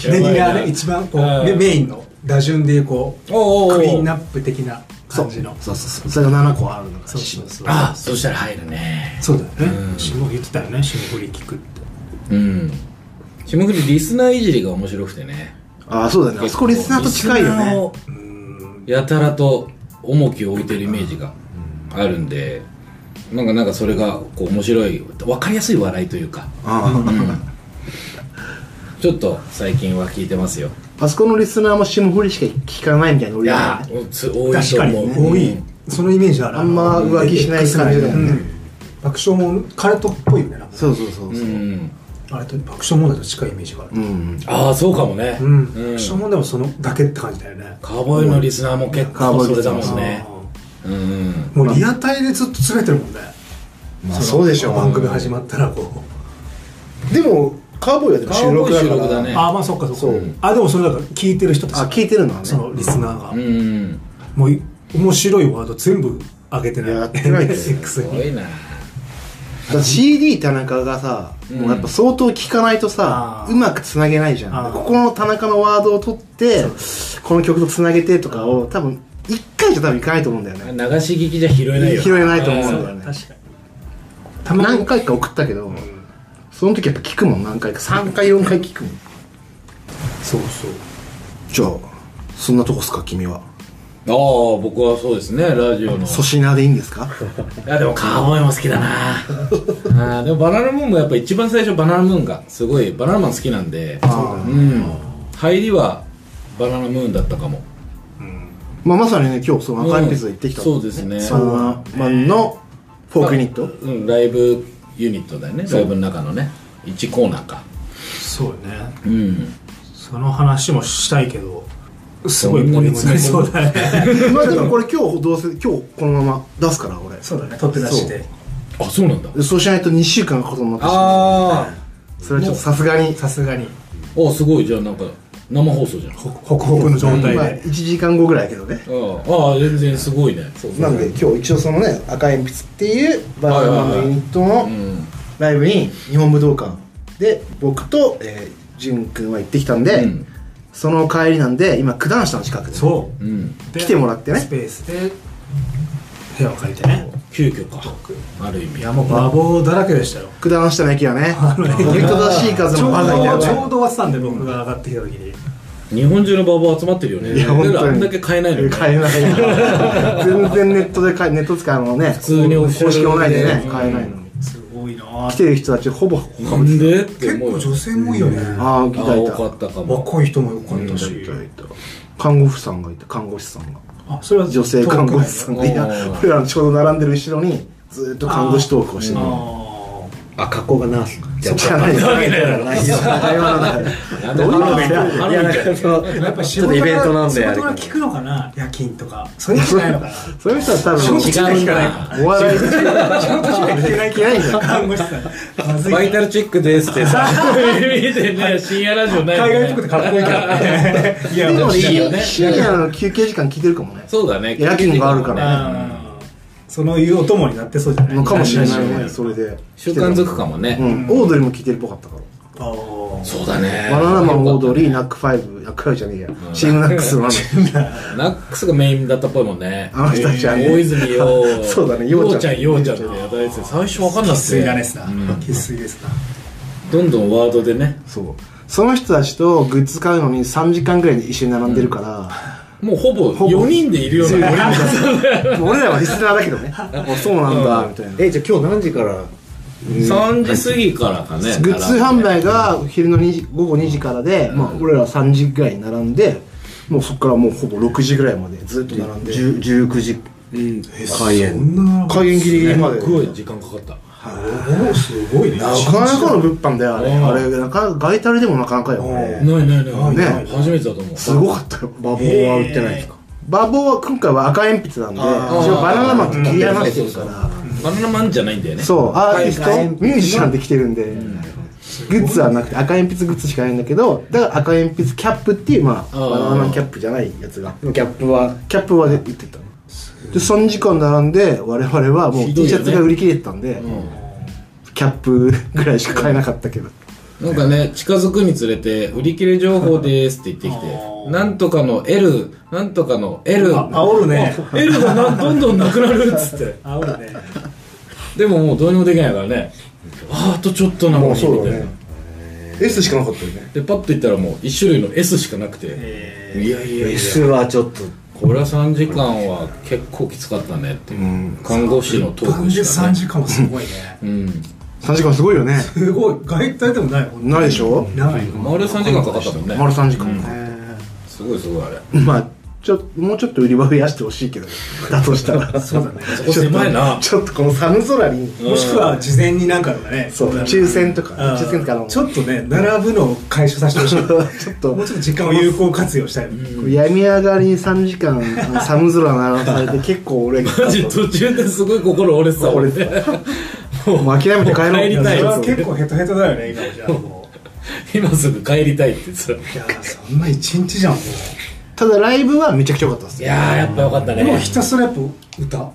[SPEAKER 2] ひねりがね一番こ
[SPEAKER 3] うん
[SPEAKER 2] うでメインの打順でこう
[SPEAKER 3] おうおうおう
[SPEAKER 2] クリーンナップ的な感じの
[SPEAKER 1] そうそうそうそれが7個あるのが
[SPEAKER 2] そうそうそう
[SPEAKER 3] あそうしたら入るね
[SPEAKER 2] そうだよね霜降り言ってたよね霜降り聞くって
[SPEAKER 3] うん霜降りリスナーいじりが面白くてね
[SPEAKER 1] ああそうだよねあそこリスナーと近いよ
[SPEAKER 3] リスナー
[SPEAKER 1] ね
[SPEAKER 3] をやたらと重きを置いてるイメージがあるんでなんかなんかそれがこう面白い分かりやすい笑いというか、
[SPEAKER 1] あ
[SPEAKER 3] ちょっと最近は聞いてますよ
[SPEAKER 1] ああそこのリスナーも霜降りしか聞かないみたいなノ
[SPEAKER 3] い
[SPEAKER 1] リだ
[SPEAKER 3] や
[SPEAKER 1] よね
[SPEAKER 3] ーつ多い
[SPEAKER 2] 確
[SPEAKER 3] と
[SPEAKER 2] かに
[SPEAKER 3] 思う、
[SPEAKER 2] ね多いそのイメージある
[SPEAKER 1] あんま浮気しない感じだよね
[SPEAKER 2] うん爆笑もカルトっぽいよねなんか
[SPEAKER 1] そうそうそう
[SPEAKER 3] う
[SPEAKER 1] そ
[SPEAKER 3] ん、う、
[SPEAKER 1] うん
[SPEAKER 2] あれと爆笑問題と近いイメージがある
[SPEAKER 1] うん
[SPEAKER 3] ああそうかもね、
[SPEAKER 2] うん
[SPEAKER 3] うん
[SPEAKER 2] 爆笑問題もそのだけって感じだよね
[SPEAKER 3] カーボーイのリスナーも結
[SPEAKER 1] カーボ
[SPEAKER 3] 構
[SPEAKER 1] ーイ
[SPEAKER 3] そ
[SPEAKER 1] リ
[SPEAKER 3] れ
[SPEAKER 1] スナーも
[SPEAKER 3] だもんねうんうん
[SPEAKER 2] もうリアタイでずっと詰めてるもんね
[SPEAKER 1] まあそうでしょ
[SPEAKER 2] 番組始まったらこう
[SPEAKER 1] でもカーボーイはでも収録だ
[SPEAKER 3] カーボーイ収録
[SPEAKER 1] か
[SPEAKER 3] だ
[SPEAKER 1] ら
[SPEAKER 3] ね
[SPEAKER 2] ああまあそっかそっか
[SPEAKER 1] そう
[SPEAKER 2] あでもそれだから聞いてる人たち
[SPEAKER 1] あ聞いてるのはね
[SPEAKER 2] そのリスナーが、
[SPEAKER 3] うん
[SPEAKER 2] もうい面白いワード全部上げてない
[SPEAKER 1] やってないですよ
[SPEAKER 2] X
[SPEAKER 3] す
[SPEAKER 2] に
[SPEAKER 3] ごいな
[SPEAKER 1] だから CD 田中がさ、
[SPEAKER 3] うん
[SPEAKER 1] もうやっぱ相当聞かないとさ
[SPEAKER 2] あー
[SPEAKER 1] うまくつなげないじゃ
[SPEAKER 2] あ
[SPEAKER 1] ん
[SPEAKER 2] ー
[SPEAKER 1] ここの田中のワードを取ってこの曲とつなげてとかを多分一回じゃ多分いかないと思うんだよね
[SPEAKER 3] 流し聞きじゃ拾えないよ
[SPEAKER 1] 拾えないと思うんん
[SPEAKER 3] だ
[SPEAKER 1] だ
[SPEAKER 3] よ
[SPEAKER 1] よね
[SPEAKER 2] 確かにたま
[SPEAKER 1] 何
[SPEAKER 2] に
[SPEAKER 1] 回か送ったけど、その時やっぱ聞くもん何回か3回4回聞くもん
[SPEAKER 2] そうそう
[SPEAKER 1] じゃあそんなとこっすか君は
[SPEAKER 3] ああ僕はそうですねラジオの
[SPEAKER 1] 粗品でいいんです か
[SPEAKER 3] いやでもカーボーイも好きだ なあーでもバナナムーンもやっぱ一番最初バナナムーンがすごいバナナマン好きなんでうん入りはバナナムーンだったかも
[SPEAKER 1] まあまさにね今日その赤い
[SPEAKER 3] うん
[SPEAKER 1] ピースで行ってきた、
[SPEAKER 3] そうですね
[SPEAKER 1] そのまんのフォークユニット、
[SPEAKER 3] うんライブユニットだよねライブの中のね1コーナーか
[SPEAKER 2] そうね
[SPEAKER 3] うん
[SPEAKER 2] その話もしたいけどすごいボリュームになりそうだね
[SPEAKER 1] まあでもこれ今日どうせ今日このまま出すから俺
[SPEAKER 2] そうだね取って出して
[SPEAKER 3] あそうなんだ
[SPEAKER 1] でそうしないと2週間ことになってしまう
[SPEAKER 3] あ
[SPEAKER 1] それはちょっとさすがに
[SPEAKER 2] さすがに
[SPEAKER 3] ああすごいじゃあなんか生放送じゃんあ
[SPEAKER 2] ホクホクホクの状態
[SPEAKER 1] まあ1
[SPEAKER 2] で
[SPEAKER 1] 時間後ぐらいやけどね
[SPEAKER 3] あああ全然すごいね
[SPEAKER 1] なんで今日一応そのね赤鉛筆っていうバナナマンのユニット
[SPEAKER 3] う
[SPEAKER 1] の
[SPEAKER 3] ん
[SPEAKER 1] ライブに日本武道館で僕と、えー、淳君は行ってきたんで、
[SPEAKER 3] うん
[SPEAKER 1] その帰りなんで今九段下の近くで
[SPEAKER 2] そ
[SPEAKER 3] うん
[SPEAKER 2] うで
[SPEAKER 1] 来てもらってね
[SPEAKER 2] スペースで部屋を借りてね
[SPEAKER 3] 急遽かある意
[SPEAKER 2] い
[SPEAKER 3] 味
[SPEAKER 2] やもう馬房だらけでしたよ
[SPEAKER 1] 九段下の駅はねゆる正しい風
[SPEAKER 2] ちょ
[SPEAKER 1] も
[SPEAKER 2] う
[SPEAKER 1] まだいたよ
[SPEAKER 2] どちょう
[SPEAKER 1] ね
[SPEAKER 2] ど終わってたんで僕が上がってきた時に
[SPEAKER 3] 日本中のババア集まってるよね
[SPEAKER 1] いや本
[SPEAKER 3] 俺ら
[SPEAKER 1] 当
[SPEAKER 3] あん
[SPEAKER 1] に
[SPEAKER 3] だけ買えないのにね
[SPEAKER 1] 買えない全然ネットで買えネット使うのね普
[SPEAKER 3] 通にオフィシャル
[SPEAKER 1] 公式オンラインでね
[SPEAKER 3] うん
[SPEAKER 1] 買えないのに
[SPEAKER 2] すごいなぁ
[SPEAKER 1] 来てる人たちほぼほぼ
[SPEAKER 3] なんでって思うよ
[SPEAKER 2] 性もいいよね
[SPEAKER 1] ああ来
[SPEAKER 3] あ
[SPEAKER 1] たいた
[SPEAKER 3] 多かったかも
[SPEAKER 2] 若い人もよかった
[SPEAKER 1] い
[SPEAKER 2] した
[SPEAKER 1] いた看護婦さんがいた看護師さんが
[SPEAKER 2] あそれは
[SPEAKER 1] 女性看護師さんがいや
[SPEAKER 3] トークね
[SPEAKER 1] 俺らのちょうど並んでる後ろにずーっと看護師トークをしてる
[SPEAKER 2] あ
[SPEAKER 4] あ格好がナースじゃ
[SPEAKER 1] じゃない
[SPEAKER 4] じ
[SPEAKER 1] じ
[SPEAKER 4] ゃ
[SPEAKER 1] ゃ
[SPEAKER 4] な
[SPEAKER 1] ないい
[SPEAKER 4] です
[SPEAKER 1] 会話の中で
[SPEAKER 3] なんでハロウィンだハ
[SPEAKER 4] いや
[SPEAKER 3] ロウィン
[SPEAKER 4] なん
[SPEAKER 2] あやっ
[SPEAKER 3] だ
[SPEAKER 4] かその
[SPEAKER 2] ぱ
[SPEAKER 4] ちょっとイベントなんで
[SPEAKER 2] 仕
[SPEAKER 4] あれ
[SPEAKER 2] 事が効くのかな夜勤とかそういうのじゃないのかな
[SPEAKER 1] そういう人は多分
[SPEAKER 3] 違うんだ
[SPEAKER 1] お笑い
[SPEAKER 2] 仕事しか行けないけないじゃん看護師さんまずい
[SPEAKER 3] バイタルチェックですっ てさ見てね深夜ラジオないよ
[SPEAKER 2] 海
[SPEAKER 3] ね
[SPEAKER 2] 外っぽくてかっこいいからねいや
[SPEAKER 1] でも
[SPEAKER 2] いいよ
[SPEAKER 1] ね
[SPEAKER 2] ね
[SPEAKER 1] 深夜の休憩時間聞いてるかもね
[SPEAKER 3] そうだね
[SPEAKER 1] 夜勤があるから
[SPEAKER 2] うんそのいうお供になってそうじゃない
[SPEAKER 1] のかもしれない
[SPEAKER 2] あ
[SPEAKER 1] ねそれで
[SPEAKER 3] 習慣づくかも
[SPEAKER 1] う
[SPEAKER 3] ね
[SPEAKER 1] んオードリーも聞いてるっぽかったから
[SPEAKER 2] ー
[SPEAKER 3] そうだね
[SPEAKER 1] バナナマンオードリーナックファイブナックファイブじゃねえやチームナックス の話
[SPEAKER 3] ナックスがメインだったっぽいもんね
[SPEAKER 1] あの人たちはね
[SPEAKER 3] 大泉洋
[SPEAKER 1] そうだね洋ちゃん
[SPEAKER 3] 洋ちゃん洋ちゃんってやたやつ最初わかん
[SPEAKER 2] 生
[SPEAKER 3] なく
[SPEAKER 2] 粋
[SPEAKER 3] て
[SPEAKER 2] だねっすな
[SPEAKER 3] うん
[SPEAKER 2] 生粋ですな
[SPEAKER 3] どんどんワードでね
[SPEAKER 1] そうその人たちとグッズ買うのに3時間ぐらい一緒に並んでるから、
[SPEAKER 3] もうほぼ
[SPEAKER 1] ほぼ
[SPEAKER 3] 4人でいるような
[SPEAKER 1] なんかもう俺らはリスナーだけど ねあそうなんだみたいな、
[SPEAKER 4] えじゃあ今日何時から
[SPEAKER 3] 3時過ぎからかね
[SPEAKER 1] グッズ販売が昼の2時午後2時からで、まあ、俺ら3時ぐらいに並んでもうそこからもうほぼ6時ぐらいまでずっと並んで
[SPEAKER 4] 10 19時開
[SPEAKER 2] こ
[SPEAKER 4] 演
[SPEAKER 2] んな
[SPEAKER 1] 開演ギリギリまです
[SPEAKER 3] ごい時間かかった
[SPEAKER 2] おおすごいね
[SPEAKER 1] なかなかの物販だよあれ
[SPEAKER 3] うん
[SPEAKER 1] あれなかなか外タレでもなかなかよあれ
[SPEAKER 3] ないないない
[SPEAKER 1] ね
[SPEAKER 3] 初めてだと思う
[SPEAKER 1] すごかったよ
[SPEAKER 4] 馬房は売ってないですか
[SPEAKER 1] バボは今回は赤鉛筆なんで一
[SPEAKER 3] あー
[SPEAKER 1] 応バナナマンと切り離してるか
[SPEAKER 3] う
[SPEAKER 1] ら
[SPEAKER 3] バナナマンじゃないんだよね
[SPEAKER 1] そうアーティス
[SPEAKER 4] 赤
[SPEAKER 1] ト
[SPEAKER 4] 鉛筆の
[SPEAKER 1] ミュージシャンで来てるんでグッズはなくて赤鉛筆グッズしかないんだけどだから赤鉛筆キャップっていうまあ
[SPEAKER 3] あー
[SPEAKER 1] バナナマンキャップじゃないやつが
[SPEAKER 4] でもギャップは
[SPEAKER 1] キャップはで売ってたので3時間並んで我々はもう
[SPEAKER 3] ひどい
[SPEAKER 1] T シ
[SPEAKER 3] よね
[SPEAKER 1] ャツが売り切れてたんで、キャップぐらいしか買えなかったけど、
[SPEAKER 3] なんかね近づくにつれて「売り切れ情報です」って言ってきて「なんとかの L なんとかの L
[SPEAKER 2] 煽るね
[SPEAKER 3] L がなどんどんなくなる」っつって
[SPEAKER 2] 煽るね
[SPEAKER 3] でももうどうにもできないからねああとちょっとなのにみたいな、
[SPEAKER 1] S しかなかったよね
[SPEAKER 3] でパッといったらもう1種類の S しかなくて、いやいやいや
[SPEAKER 4] S はちょっと
[SPEAKER 3] これは3時間は結構きつかったねっていう、看護師のトーク
[SPEAKER 2] で
[SPEAKER 3] しか
[SPEAKER 2] 3
[SPEAKER 3] ね
[SPEAKER 2] 時間もすごいね
[SPEAKER 3] うん
[SPEAKER 1] 3時間すごいよね
[SPEAKER 2] すごい外体でもないもん
[SPEAKER 1] ないでしょ
[SPEAKER 2] ない
[SPEAKER 3] 丸3時間かかったもんね
[SPEAKER 1] 丸3時間、
[SPEAKER 3] すごいすごいあれ
[SPEAKER 1] まあちょもうちょっと売り場増やしてほしいけどだとしたらそうだね
[SPEAKER 3] そこ狭いな
[SPEAKER 1] ちょっとこの寒空に
[SPEAKER 2] もしくは事前になんかとかね
[SPEAKER 1] そう
[SPEAKER 2] なん
[SPEAKER 1] 抽選とか
[SPEAKER 2] あー
[SPEAKER 1] 抽選とかの
[SPEAKER 2] ちょっとね並ぶのを解消させてほしい
[SPEAKER 1] ちょっと
[SPEAKER 2] もうちょっと時間を有効活用したい
[SPEAKER 1] 闇上がりに3時間あの寒空並らされて結構俺が
[SPEAKER 3] マジ途中ですごい心折れてた
[SPEAKER 1] 折れてもう諦めて帰ろう
[SPEAKER 3] 帰り
[SPEAKER 2] そ
[SPEAKER 3] たい
[SPEAKER 2] れ
[SPEAKER 3] よ
[SPEAKER 2] は結構ヘトヘトだよね今じゃあもう
[SPEAKER 3] 今すぐ帰りたいってさい
[SPEAKER 2] いやーそんな一日じゃんも
[SPEAKER 1] ただライブはめちゃくちゃ良かったですよ
[SPEAKER 3] やーやっぱよかった
[SPEAKER 2] うもう
[SPEAKER 3] ね
[SPEAKER 2] ひたすらやっぱ歌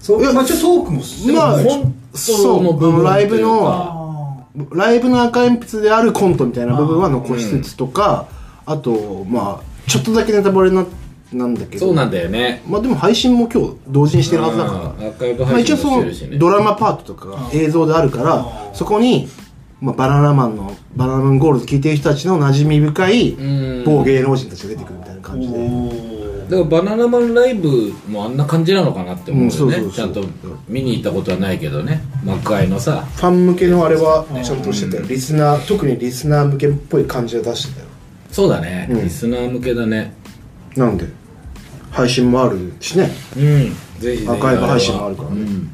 [SPEAKER 2] そう
[SPEAKER 1] いや
[SPEAKER 2] まあちょっとトークもす
[SPEAKER 1] まあ
[SPEAKER 3] 本
[SPEAKER 1] そ
[SPEAKER 3] 当
[SPEAKER 1] う
[SPEAKER 3] の部分
[SPEAKER 1] ライ
[SPEAKER 3] と
[SPEAKER 1] ブ
[SPEAKER 3] いう
[SPEAKER 1] の
[SPEAKER 3] か
[SPEAKER 2] あ
[SPEAKER 1] ライブの赤鉛筆であるコントみたいな部分は残しつつとかあ,、とまあちょっとだけネタバレななんだけど
[SPEAKER 3] そうなんだよね
[SPEAKER 1] まあでも配信も今日同時にしてるはずだ
[SPEAKER 3] うんア
[SPEAKER 1] から、
[SPEAKER 3] ーカイブ
[SPEAKER 1] まあ、
[SPEAKER 3] 配
[SPEAKER 1] 一
[SPEAKER 3] 信
[SPEAKER 1] 応そ
[SPEAKER 3] もしてるしね
[SPEAKER 1] のドラマパートとかが映像であるからそこに、まあ、バナナマンのバナナマンゴールド聞いてる人たちの馴染み深い
[SPEAKER 3] ん
[SPEAKER 1] 某芸能人たちが出てくるみたいな感じで、
[SPEAKER 3] だからバナナマンライブもあんな感じなのかなって思う
[SPEAKER 1] う
[SPEAKER 3] よね、
[SPEAKER 1] んそうそうそう
[SPEAKER 3] ちゃんと見に行ったことはないけどね幕開のさ
[SPEAKER 1] ファン向けのあれはちゃんとしてたよ、リスナー特にリスナー向けっぽい感じは出してたよ
[SPEAKER 3] そうだね、
[SPEAKER 1] うん
[SPEAKER 3] リスナー向けだね
[SPEAKER 1] なんで配信もあるしね
[SPEAKER 3] うんぜひぜひ
[SPEAKER 1] アーカイブ配信もあるからね
[SPEAKER 3] うん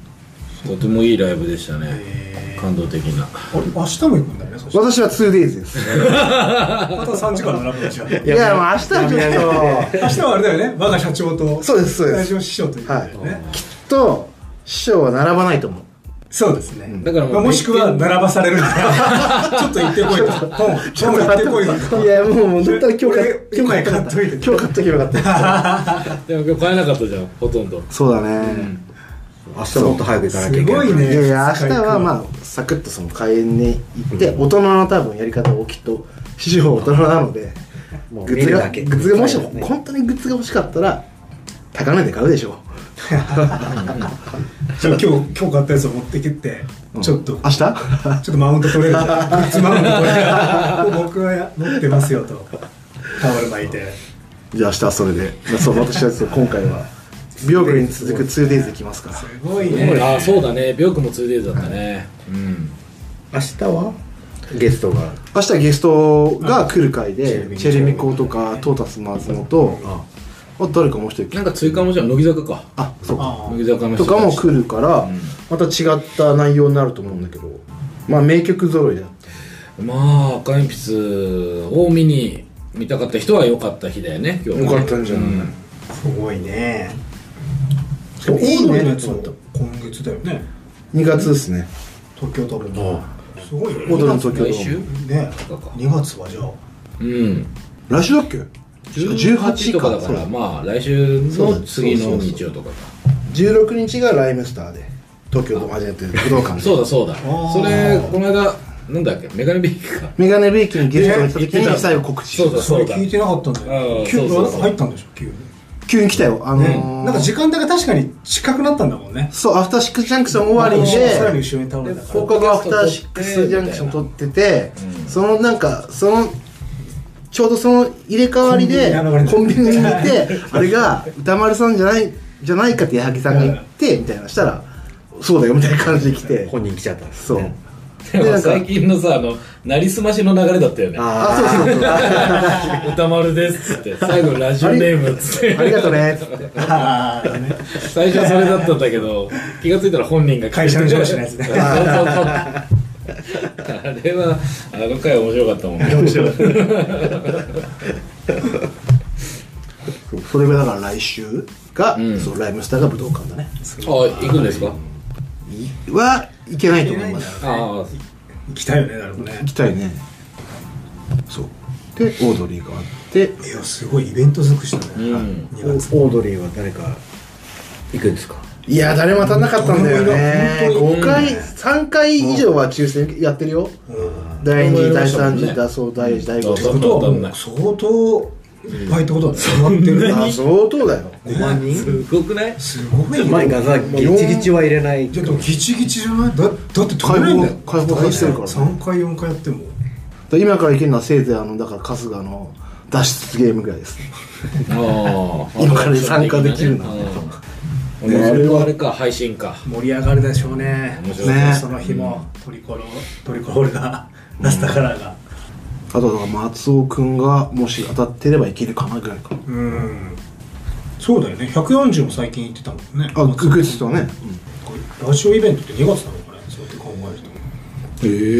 [SPEAKER 3] とてもいいライブでしたね感動的な
[SPEAKER 5] あれ明日も行くんだよね そした
[SPEAKER 1] 私は 2days です
[SPEAKER 2] あと3時間並ぶでしょ
[SPEAKER 1] いやもう明日はちょっ
[SPEAKER 2] 明日はあれだよね我が社長と
[SPEAKER 1] そうですそうです
[SPEAKER 2] 大島師匠ということでね、
[SPEAKER 1] とと師匠は並ばないと思う
[SPEAKER 2] そうですね、
[SPEAKER 3] だからもう
[SPEAKER 2] まあもしくは並ばされるん だちょっと行ってこいと本本行ってこいと
[SPEAKER 1] いやもうもう絶対今日買っ
[SPEAKER 2] 俺今買っといて
[SPEAKER 1] 今日買っとけばよかった
[SPEAKER 3] でも今日買えなかったじゃんほとんど
[SPEAKER 1] そうだね
[SPEAKER 4] 明日もっと早く行かなきゃいけない
[SPEAKER 2] すごいね
[SPEAKER 1] いやいや
[SPEAKER 2] 二
[SPEAKER 1] 明
[SPEAKER 2] 日行
[SPEAKER 1] 日
[SPEAKER 2] くわ
[SPEAKER 1] はまあサクッとその開演に行って大人の多分やり方をきっと師匠は大人なので
[SPEAKER 4] もう
[SPEAKER 1] グ
[SPEAKER 4] 見
[SPEAKER 1] ッズ
[SPEAKER 4] る
[SPEAKER 1] が
[SPEAKER 4] だけ
[SPEAKER 1] グッズがもし
[SPEAKER 4] 見るだけ
[SPEAKER 1] 本当にグッズが欲しかったら高値で買うでしょ
[SPEAKER 2] じゃあ今日今日買ったやつを持ってきて、ちょっと
[SPEAKER 1] 明日
[SPEAKER 2] ちょっとマウント取れる。グッズマウント取れる。僕は持ってますよと。タオル巻いて。
[SPEAKER 1] じゃあ明日はそれでそう私はそう今回 はビオグリに続く 2days できますから
[SPEAKER 2] すごいね。
[SPEAKER 3] ああそうだねビョークも 2days だったねうん
[SPEAKER 4] 明日はゲストが
[SPEAKER 1] 明日はゲストが来る回でチ
[SPEAKER 4] チ
[SPEAKER 1] ェ
[SPEAKER 4] ェ
[SPEAKER 1] ル
[SPEAKER 4] ル
[SPEAKER 1] ミ
[SPEAKER 4] ミ
[SPEAKER 1] コ
[SPEAKER 4] コ
[SPEAKER 1] とかトータスマーズのとあと誰かもう一人
[SPEAKER 3] なんか追加もじゃあ乃木坂か
[SPEAKER 1] あそうか
[SPEAKER 5] あ
[SPEAKER 3] 乃木坂の人
[SPEAKER 1] と
[SPEAKER 3] たち
[SPEAKER 1] かも来るから、また違った内容になると思うんだけどまあ名曲揃いだ
[SPEAKER 3] まあ赤鉛筆を見に見たかった人は良かった日だよね今日はね
[SPEAKER 1] 良かったんじゃない
[SPEAKER 2] すごいね。
[SPEAKER 1] しかも
[SPEAKER 2] いいね。
[SPEAKER 1] と思った
[SPEAKER 2] 今月だよね。
[SPEAKER 1] 2月ですね
[SPEAKER 2] 東京ドームの。すごいね。
[SPEAKER 1] 踊るの東京ド
[SPEAKER 3] 来
[SPEAKER 1] ー
[SPEAKER 3] 週
[SPEAKER 1] ム
[SPEAKER 2] ね。
[SPEAKER 3] とかか
[SPEAKER 2] 2月はじゃあ。
[SPEAKER 3] うん
[SPEAKER 1] 来週だっけ
[SPEAKER 3] 18とかだか
[SPEAKER 1] そ
[SPEAKER 3] ら
[SPEAKER 1] う
[SPEAKER 3] まあ来週の次の日曜とかか
[SPEAKER 1] 16日がライムスターで東京ドームアジアという武道館で
[SPEAKER 3] そうだそうだ
[SPEAKER 2] ー
[SPEAKER 3] それこの間なんだっけメガネビークか
[SPEAKER 1] メガネビーキにゲストに来た時
[SPEAKER 3] ね
[SPEAKER 1] に最後告知
[SPEAKER 3] そうだ
[SPEAKER 2] それ聞いてなかったんだ
[SPEAKER 3] あ
[SPEAKER 2] よ
[SPEAKER 3] あ。
[SPEAKER 2] 急に
[SPEAKER 3] そうそうそう
[SPEAKER 2] 入ったんでしょ急に。
[SPEAKER 1] 急に来たよあのー
[SPEAKER 2] なんか時間だけ確かに近くなったんだもんね。
[SPEAKER 1] そうアフターシックスジャンクション終わり
[SPEAKER 2] さら
[SPEAKER 1] で
[SPEAKER 2] に後ろに倒れたから
[SPEAKER 1] 放。課後アフターシックスジャンクション撮ってて、そのなんかそのちょうどその入れ替わりでコ
[SPEAKER 2] コ
[SPEAKER 1] ン
[SPEAKER 2] ン
[SPEAKER 1] ビ
[SPEAKER 2] ビ
[SPEAKER 1] ニ
[SPEAKER 2] ニ
[SPEAKER 1] に
[SPEAKER 2] に
[SPEAKER 1] 行ってあれが歌丸さんじゃないじゃないかって矢作さんが言ってみたいなしたらそうだよみたいな感じで来て
[SPEAKER 4] 本人来ちゃったんです
[SPEAKER 1] そう
[SPEAKER 4] ね
[SPEAKER 3] で
[SPEAKER 1] で
[SPEAKER 3] も
[SPEAKER 1] なんか
[SPEAKER 3] 最近のさあのなりすましの流れだったよね
[SPEAKER 1] あ
[SPEAKER 4] あ
[SPEAKER 1] そうそうそう
[SPEAKER 3] 歌丸ですっつって最後ラジオネームっつって
[SPEAKER 1] ありがとうねっつって
[SPEAKER 2] ああ、ね。
[SPEAKER 3] 最初それだったんだけど気がついたら本人が
[SPEAKER 2] 会社の上司のやつね
[SPEAKER 3] そうそうそうあれはあの回面白かったもんね
[SPEAKER 1] そうそれがだから来週が、
[SPEAKER 3] ん
[SPEAKER 1] そうライムスターが武道館だね
[SPEAKER 3] あ行くんですか
[SPEAKER 1] はいけないと思います
[SPEAKER 3] ああ
[SPEAKER 2] 行きたいよね、なるほどね
[SPEAKER 1] 行。きたいねそうでオードリーがあって
[SPEAKER 2] いや、すごいイベント尽くしたね。
[SPEAKER 3] うん
[SPEAKER 2] 2
[SPEAKER 4] オ
[SPEAKER 2] 月
[SPEAKER 4] ードリーは誰か行くんですか
[SPEAKER 1] いや誰も当たんなかったんだよね
[SPEAKER 2] 本当
[SPEAKER 1] 5回3回以上は抽選やってるよ第2次第3次第そう第4次第5
[SPEAKER 3] そ
[SPEAKER 1] 次
[SPEAKER 3] う
[SPEAKER 2] ことはもう相当いっぱいってことだね。埋まってる
[SPEAKER 1] あ
[SPEAKER 2] な。
[SPEAKER 1] 相当だよ
[SPEAKER 4] 5万人
[SPEAKER 3] すごくない
[SPEAKER 2] すごいよ。
[SPEAKER 4] 前ガザギチギチは入 れない
[SPEAKER 2] じゃあでもギチギチじゃないだだって取れないんだよ。
[SPEAKER 1] 解放解放してるからね
[SPEAKER 2] 3回、4回やっても。
[SPEAKER 1] 今から行けるのはせいぜいあのだから春日の脱出ゲームぐらいです
[SPEAKER 3] ああ
[SPEAKER 1] 今から参加できるな
[SPEAKER 3] うん
[SPEAKER 1] ね
[SPEAKER 3] あれはあれか配信か
[SPEAKER 2] 盛り上がるでしょうね。
[SPEAKER 3] 面白い
[SPEAKER 1] ね
[SPEAKER 2] その日もトリコロ、トリコロールが、ラスタカラーが。
[SPEAKER 1] あとだから松尾くんがもし当たってればいけるかなぐらいか
[SPEAKER 2] うん。そうだよね。140も最近行ってたもんね。
[SPEAKER 1] あグッズとね
[SPEAKER 2] ラジオイベントって2月なのかね。そうやって考えると。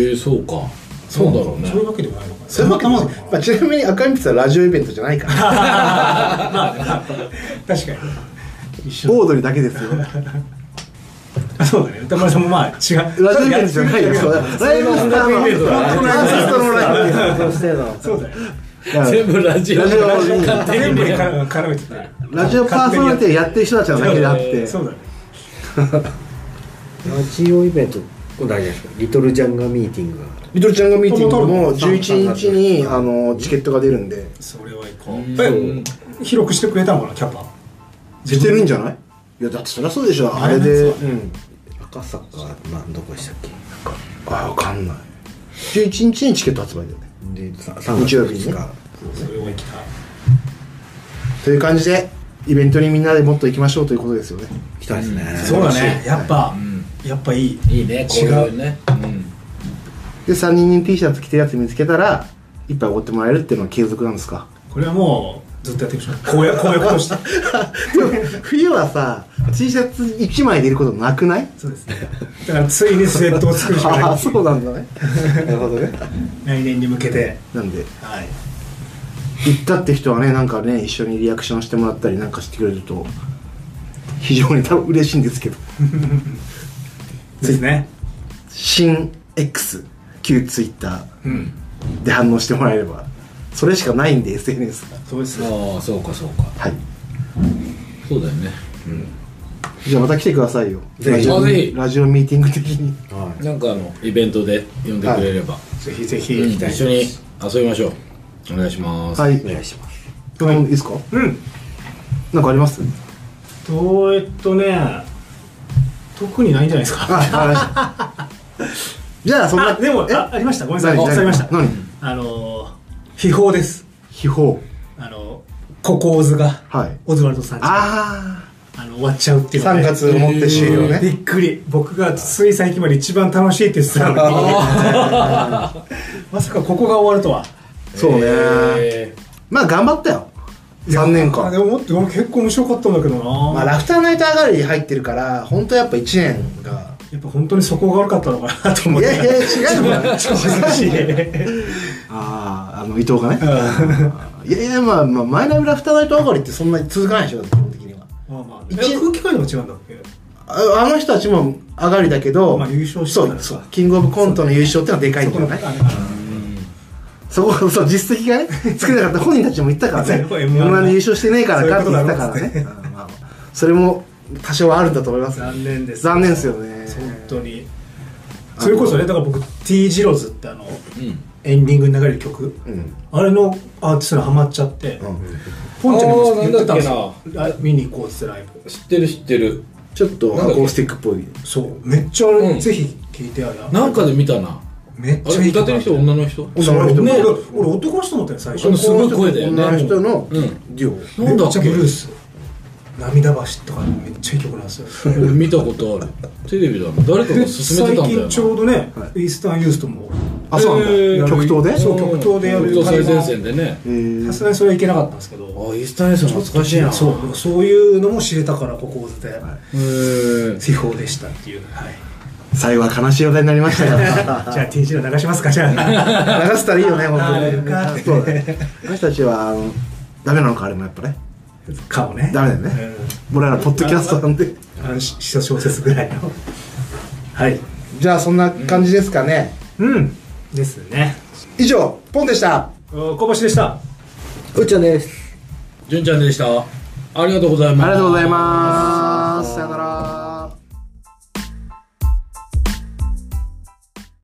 [SPEAKER 3] ええそうかそうだろうね
[SPEAKER 2] そういうわけでもないのかな。
[SPEAKER 1] それま
[SPEAKER 2] 頭が
[SPEAKER 1] あちなみに赤鉛筆はラジオイベントじゃないから
[SPEAKER 2] 確かに。
[SPEAKER 1] オードリーだけですよ
[SPEAKER 2] あそうだね歌丸さんもまあ違う
[SPEAKER 1] ラジオイベントじゃないよそうライブスターの
[SPEAKER 3] ライブスター
[SPEAKER 1] アンセストのライブ
[SPEAKER 4] そうしてんの
[SPEAKER 2] そうだよ
[SPEAKER 3] 全部ラジオ
[SPEAKER 1] ラジオ
[SPEAKER 3] 勝手
[SPEAKER 2] 全
[SPEAKER 3] に
[SPEAKER 2] 部に
[SPEAKER 3] ね
[SPEAKER 2] 絡絡めてたよ
[SPEAKER 1] ラジオパーソナリティをやってる人たちのだけであって
[SPEAKER 2] そうだね
[SPEAKER 4] ラジオイベントこれ大事ですかリトルジャンガミーティングが
[SPEAKER 1] リトルちゃんがミーティングも
[SPEAKER 2] トモトロ
[SPEAKER 1] 11日にあのチケットが出るんで
[SPEAKER 2] それは行こうえ広くしてくれたのかなキャパ
[SPEAKER 1] してるんじゃないいやだってそりゃそうでしょあれでうん
[SPEAKER 4] 赤坂なんどこでしたっけ
[SPEAKER 1] あ分かんない11日にチケット発売だよね
[SPEAKER 4] でさ3月
[SPEAKER 1] 日曜日に
[SPEAKER 4] 2
[SPEAKER 1] ね
[SPEAKER 4] 日
[SPEAKER 2] それは行きたい
[SPEAKER 1] という感じでイベントにみんなでもっと行きましょうということですよね
[SPEAKER 4] 来たですね
[SPEAKER 2] そうだねやっぱやっぱいい
[SPEAKER 3] いいねこういうねうん
[SPEAKER 1] で3人に T シャツ着てるやつ見つけたら一杯おごってもらえるっていうのは継続なん ですか
[SPEAKER 2] これはもうずっとやっていくしかない公約公約として
[SPEAKER 1] でも冬はさ T シャツ1枚でいることなくない
[SPEAKER 2] そうですねだからついにスウェットを作るしか
[SPEAKER 1] あ
[SPEAKER 2] な
[SPEAKER 1] あ
[SPEAKER 2] い
[SPEAKER 1] そうなんだね なるほどね
[SPEAKER 2] 来年に向けて
[SPEAKER 1] なんで
[SPEAKER 2] はい
[SPEAKER 1] 行ったって人はねなんかね一緒にリアクションしてもらったりなんかしてくれると非常に多分嬉しいんですけど
[SPEAKER 2] ですね
[SPEAKER 1] 新 X 旧 Twitter
[SPEAKER 2] うん
[SPEAKER 1] で反応してもらえればそれしかないんで SNS が
[SPEAKER 2] そうです
[SPEAKER 3] ああそうかそうか
[SPEAKER 1] はい
[SPEAKER 3] そうだよね
[SPEAKER 1] じゃあまた来てくださいよ
[SPEAKER 4] ぜ
[SPEAKER 1] ラ
[SPEAKER 4] ひ
[SPEAKER 1] ジオ
[SPEAKER 3] あぜひ
[SPEAKER 1] ラジオミーティング的に
[SPEAKER 4] は
[SPEAKER 3] なんかあのイベントで呼んでくれれば、
[SPEAKER 2] ぜひぜ
[SPEAKER 3] うん
[SPEAKER 2] ひ
[SPEAKER 3] 一緒に遊びましょうお願いします、
[SPEAKER 1] はい
[SPEAKER 4] いお願いします
[SPEAKER 1] あのいいですか
[SPEAKER 2] うん
[SPEAKER 1] なんかあります
[SPEAKER 2] とえっとね特にないんじゃないですか
[SPEAKER 1] あ、わかりました。じゃあ、そん
[SPEAKER 2] あ
[SPEAKER 1] な。
[SPEAKER 2] でも
[SPEAKER 1] え
[SPEAKER 2] あありましたごめんなさい
[SPEAKER 1] 何
[SPEAKER 2] あわかりました
[SPEAKER 1] 何
[SPEAKER 2] あの秘宝です
[SPEAKER 1] 秘宝。
[SPEAKER 2] あのココーズが
[SPEAKER 1] はい。
[SPEAKER 2] オズワルドさんちあ
[SPEAKER 1] あ
[SPEAKER 2] の終わっちゃうって
[SPEAKER 1] あ。
[SPEAKER 2] いうの
[SPEAKER 1] 3
[SPEAKER 2] がね
[SPEAKER 1] 月をもって終了
[SPEAKER 2] び
[SPEAKER 1] ね。
[SPEAKER 2] っくり僕がつい最近まで一番楽しいって言ってたのに まさかここが終わるとは
[SPEAKER 1] そうね。
[SPEAKER 3] え
[SPEAKER 1] まあ、頑張ったよ。3年
[SPEAKER 2] あ
[SPEAKER 1] 間
[SPEAKER 2] で。ももっと結構面白かったんだけどな、
[SPEAKER 1] まあ、ラフターナイト上がり入ってるから、本当やっぱ1年が。
[SPEAKER 2] やっぱ本当にそこが悪かったのかなと思っ
[SPEAKER 1] い
[SPEAKER 2] て
[SPEAKER 1] やいや、違 うよ。
[SPEAKER 2] ちょっと難しい
[SPEAKER 1] ああ、あの、伊藤がね。いやいや、まあ、まあ、マイナビラフターナイト上がりってそんなに続かないでしょ、基本的には。
[SPEAKER 2] まあまあ
[SPEAKER 1] 一
[SPEAKER 2] え空気感でも違うんだっけ
[SPEAKER 1] ああの人たちも上がりだけど、
[SPEAKER 2] まあ優勝して
[SPEAKER 1] そ
[SPEAKER 2] たから
[SPEAKER 1] うそうキングオブコントの優勝ってのはでかいんじゃないそこそう実績がね作れなかった本人たちも言ったからね
[SPEAKER 2] そう
[SPEAKER 1] M1
[SPEAKER 2] M1
[SPEAKER 1] に優勝してねえからかって
[SPEAKER 2] そうい
[SPEAKER 1] 言っ
[SPEAKER 2] う
[SPEAKER 1] た
[SPEAKER 2] ことだ
[SPEAKER 1] か
[SPEAKER 2] ろ
[SPEAKER 1] らねうんまあまあそれも多少はあるんだと思います
[SPEAKER 2] 残念です
[SPEAKER 1] 残念ですよね
[SPEAKER 2] 本当にそれこそねだから僕 T ジローズってあの
[SPEAKER 3] ーうん
[SPEAKER 2] エンディングに流れる曲
[SPEAKER 1] うん
[SPEAKER 2] あれのアーティストにハマっちゃって、
[SPEAKER 1] うん
[SPEAKER 2] ポンちゃんにも言ってたんです
[SPEAKER 3] あーな
[SPEAKER 2] よ
[SPEAKER 3] んだ
[SPEAKER 2] ラ見に行こうっつってライブ
[SPEAKER 3] 知ってる知ってる
[SPEAKER 1] ちょっとアコースティックっぽい
[SPEAKER 2] そうめっちゃ、
[SPEAKER 3] うん
[SPEAKER 2] ぜひ聞いてやる
[SPEAKER 3] なんかで見たな
[SPEAKER 2] めっ
[SPEAKER 3] あ
[SPEAKER 2] ちゃ
[SPEAKER 3] れ
[SPEAKER 2] いい
[SPEAKER 3] 歌ってる人女の人
[SPEAKER 2] 女の人
[SPEAKER 3] ね
[SPEAKER 2] ね俺俺男の人思ったよ最
[SPEAKER 3] あの
[SPEAKER 2] 初
[SPEAKER 3] すごい声だよね
[SPEAKER 1] 女の人の
[SPEAKER 3] うん
[SPEAKER 1] デュオ
[SPEAKER 3] なん
[SPEAKER 2] め
[SPEAKER 3] だ
[SPEAKER 2] っ
[SPEAKER 3] っ
[SPEAKER 2] ち
[SPEAKER 3] け
[SPEAKER 2] ゃブルース涙橋とかめっちゃいい曲なんですよ
[SPEAKER 3] 俺見たことあるテレビだな誰かが
[SPEAKER 2] で
[SPEAKER 3] 勧め
[SPEAKER 2] 最
[SPEAKER 3] てたんだよ
[SPEAKER 2] 近
[SPEAKER 3] な
[SPEAKER 2] ちょうどね、
[SPEAKER 1] は
[SPEAKER 2] イースタンユースとも
[SPEAKER 1] あそうなんだ、
[SPEAKER 3] えー
[SPEAKER 1] 極東で
[SPEAKER 2] そう極東でやる
[SPEAKER 3] 極東最前線でね
[SPEAKER 1] えー
[SPEAKER 2] さすがにそれはいけなかったんですけど
[SPEAKER 3] あイースタンエース懐かしいな
[SPEAKER 2] そうでもそういうのも知れたからここで
[SPEAKER 3] へー
[SPEAKER 2] 地方でしたっていう、はい、
[SPEAKER 1] 最後は悲しい話題になりま したが
[SPEAKER 2] じゃあ T 字路流しますかじゃあ
[SPEAKER 1] 流せたらいいよ ね本
[SPEAKER 2] あーよか
[SPEAKER 1] 当に
[SPEAKER 2] った
[SPEAKER 1] そうだね私たちはあのダメなのかあれもやっぱね
[SPEAKER 2] かもね
[SPEAKER 1] ダメだよね俺らポッドキャストなんで
[SPEAKER 2] うんあのし小説ぐらいのはい
[SPEAKER 1] じゃあそんな感じですかね、
[SPEAKER 2] うんですね
[SPEAKER 1] 以上ポンでした
[SPEAKER 2] 小橋でした
[SPEAKER 4] うっちゃんです
[SPEAKER 3] 純ちゃんでしたありがとうござい
[SPEAKER 1] あ
[SPEAKER 3] ます
[SPEAKER 1] りがとうございますさよなら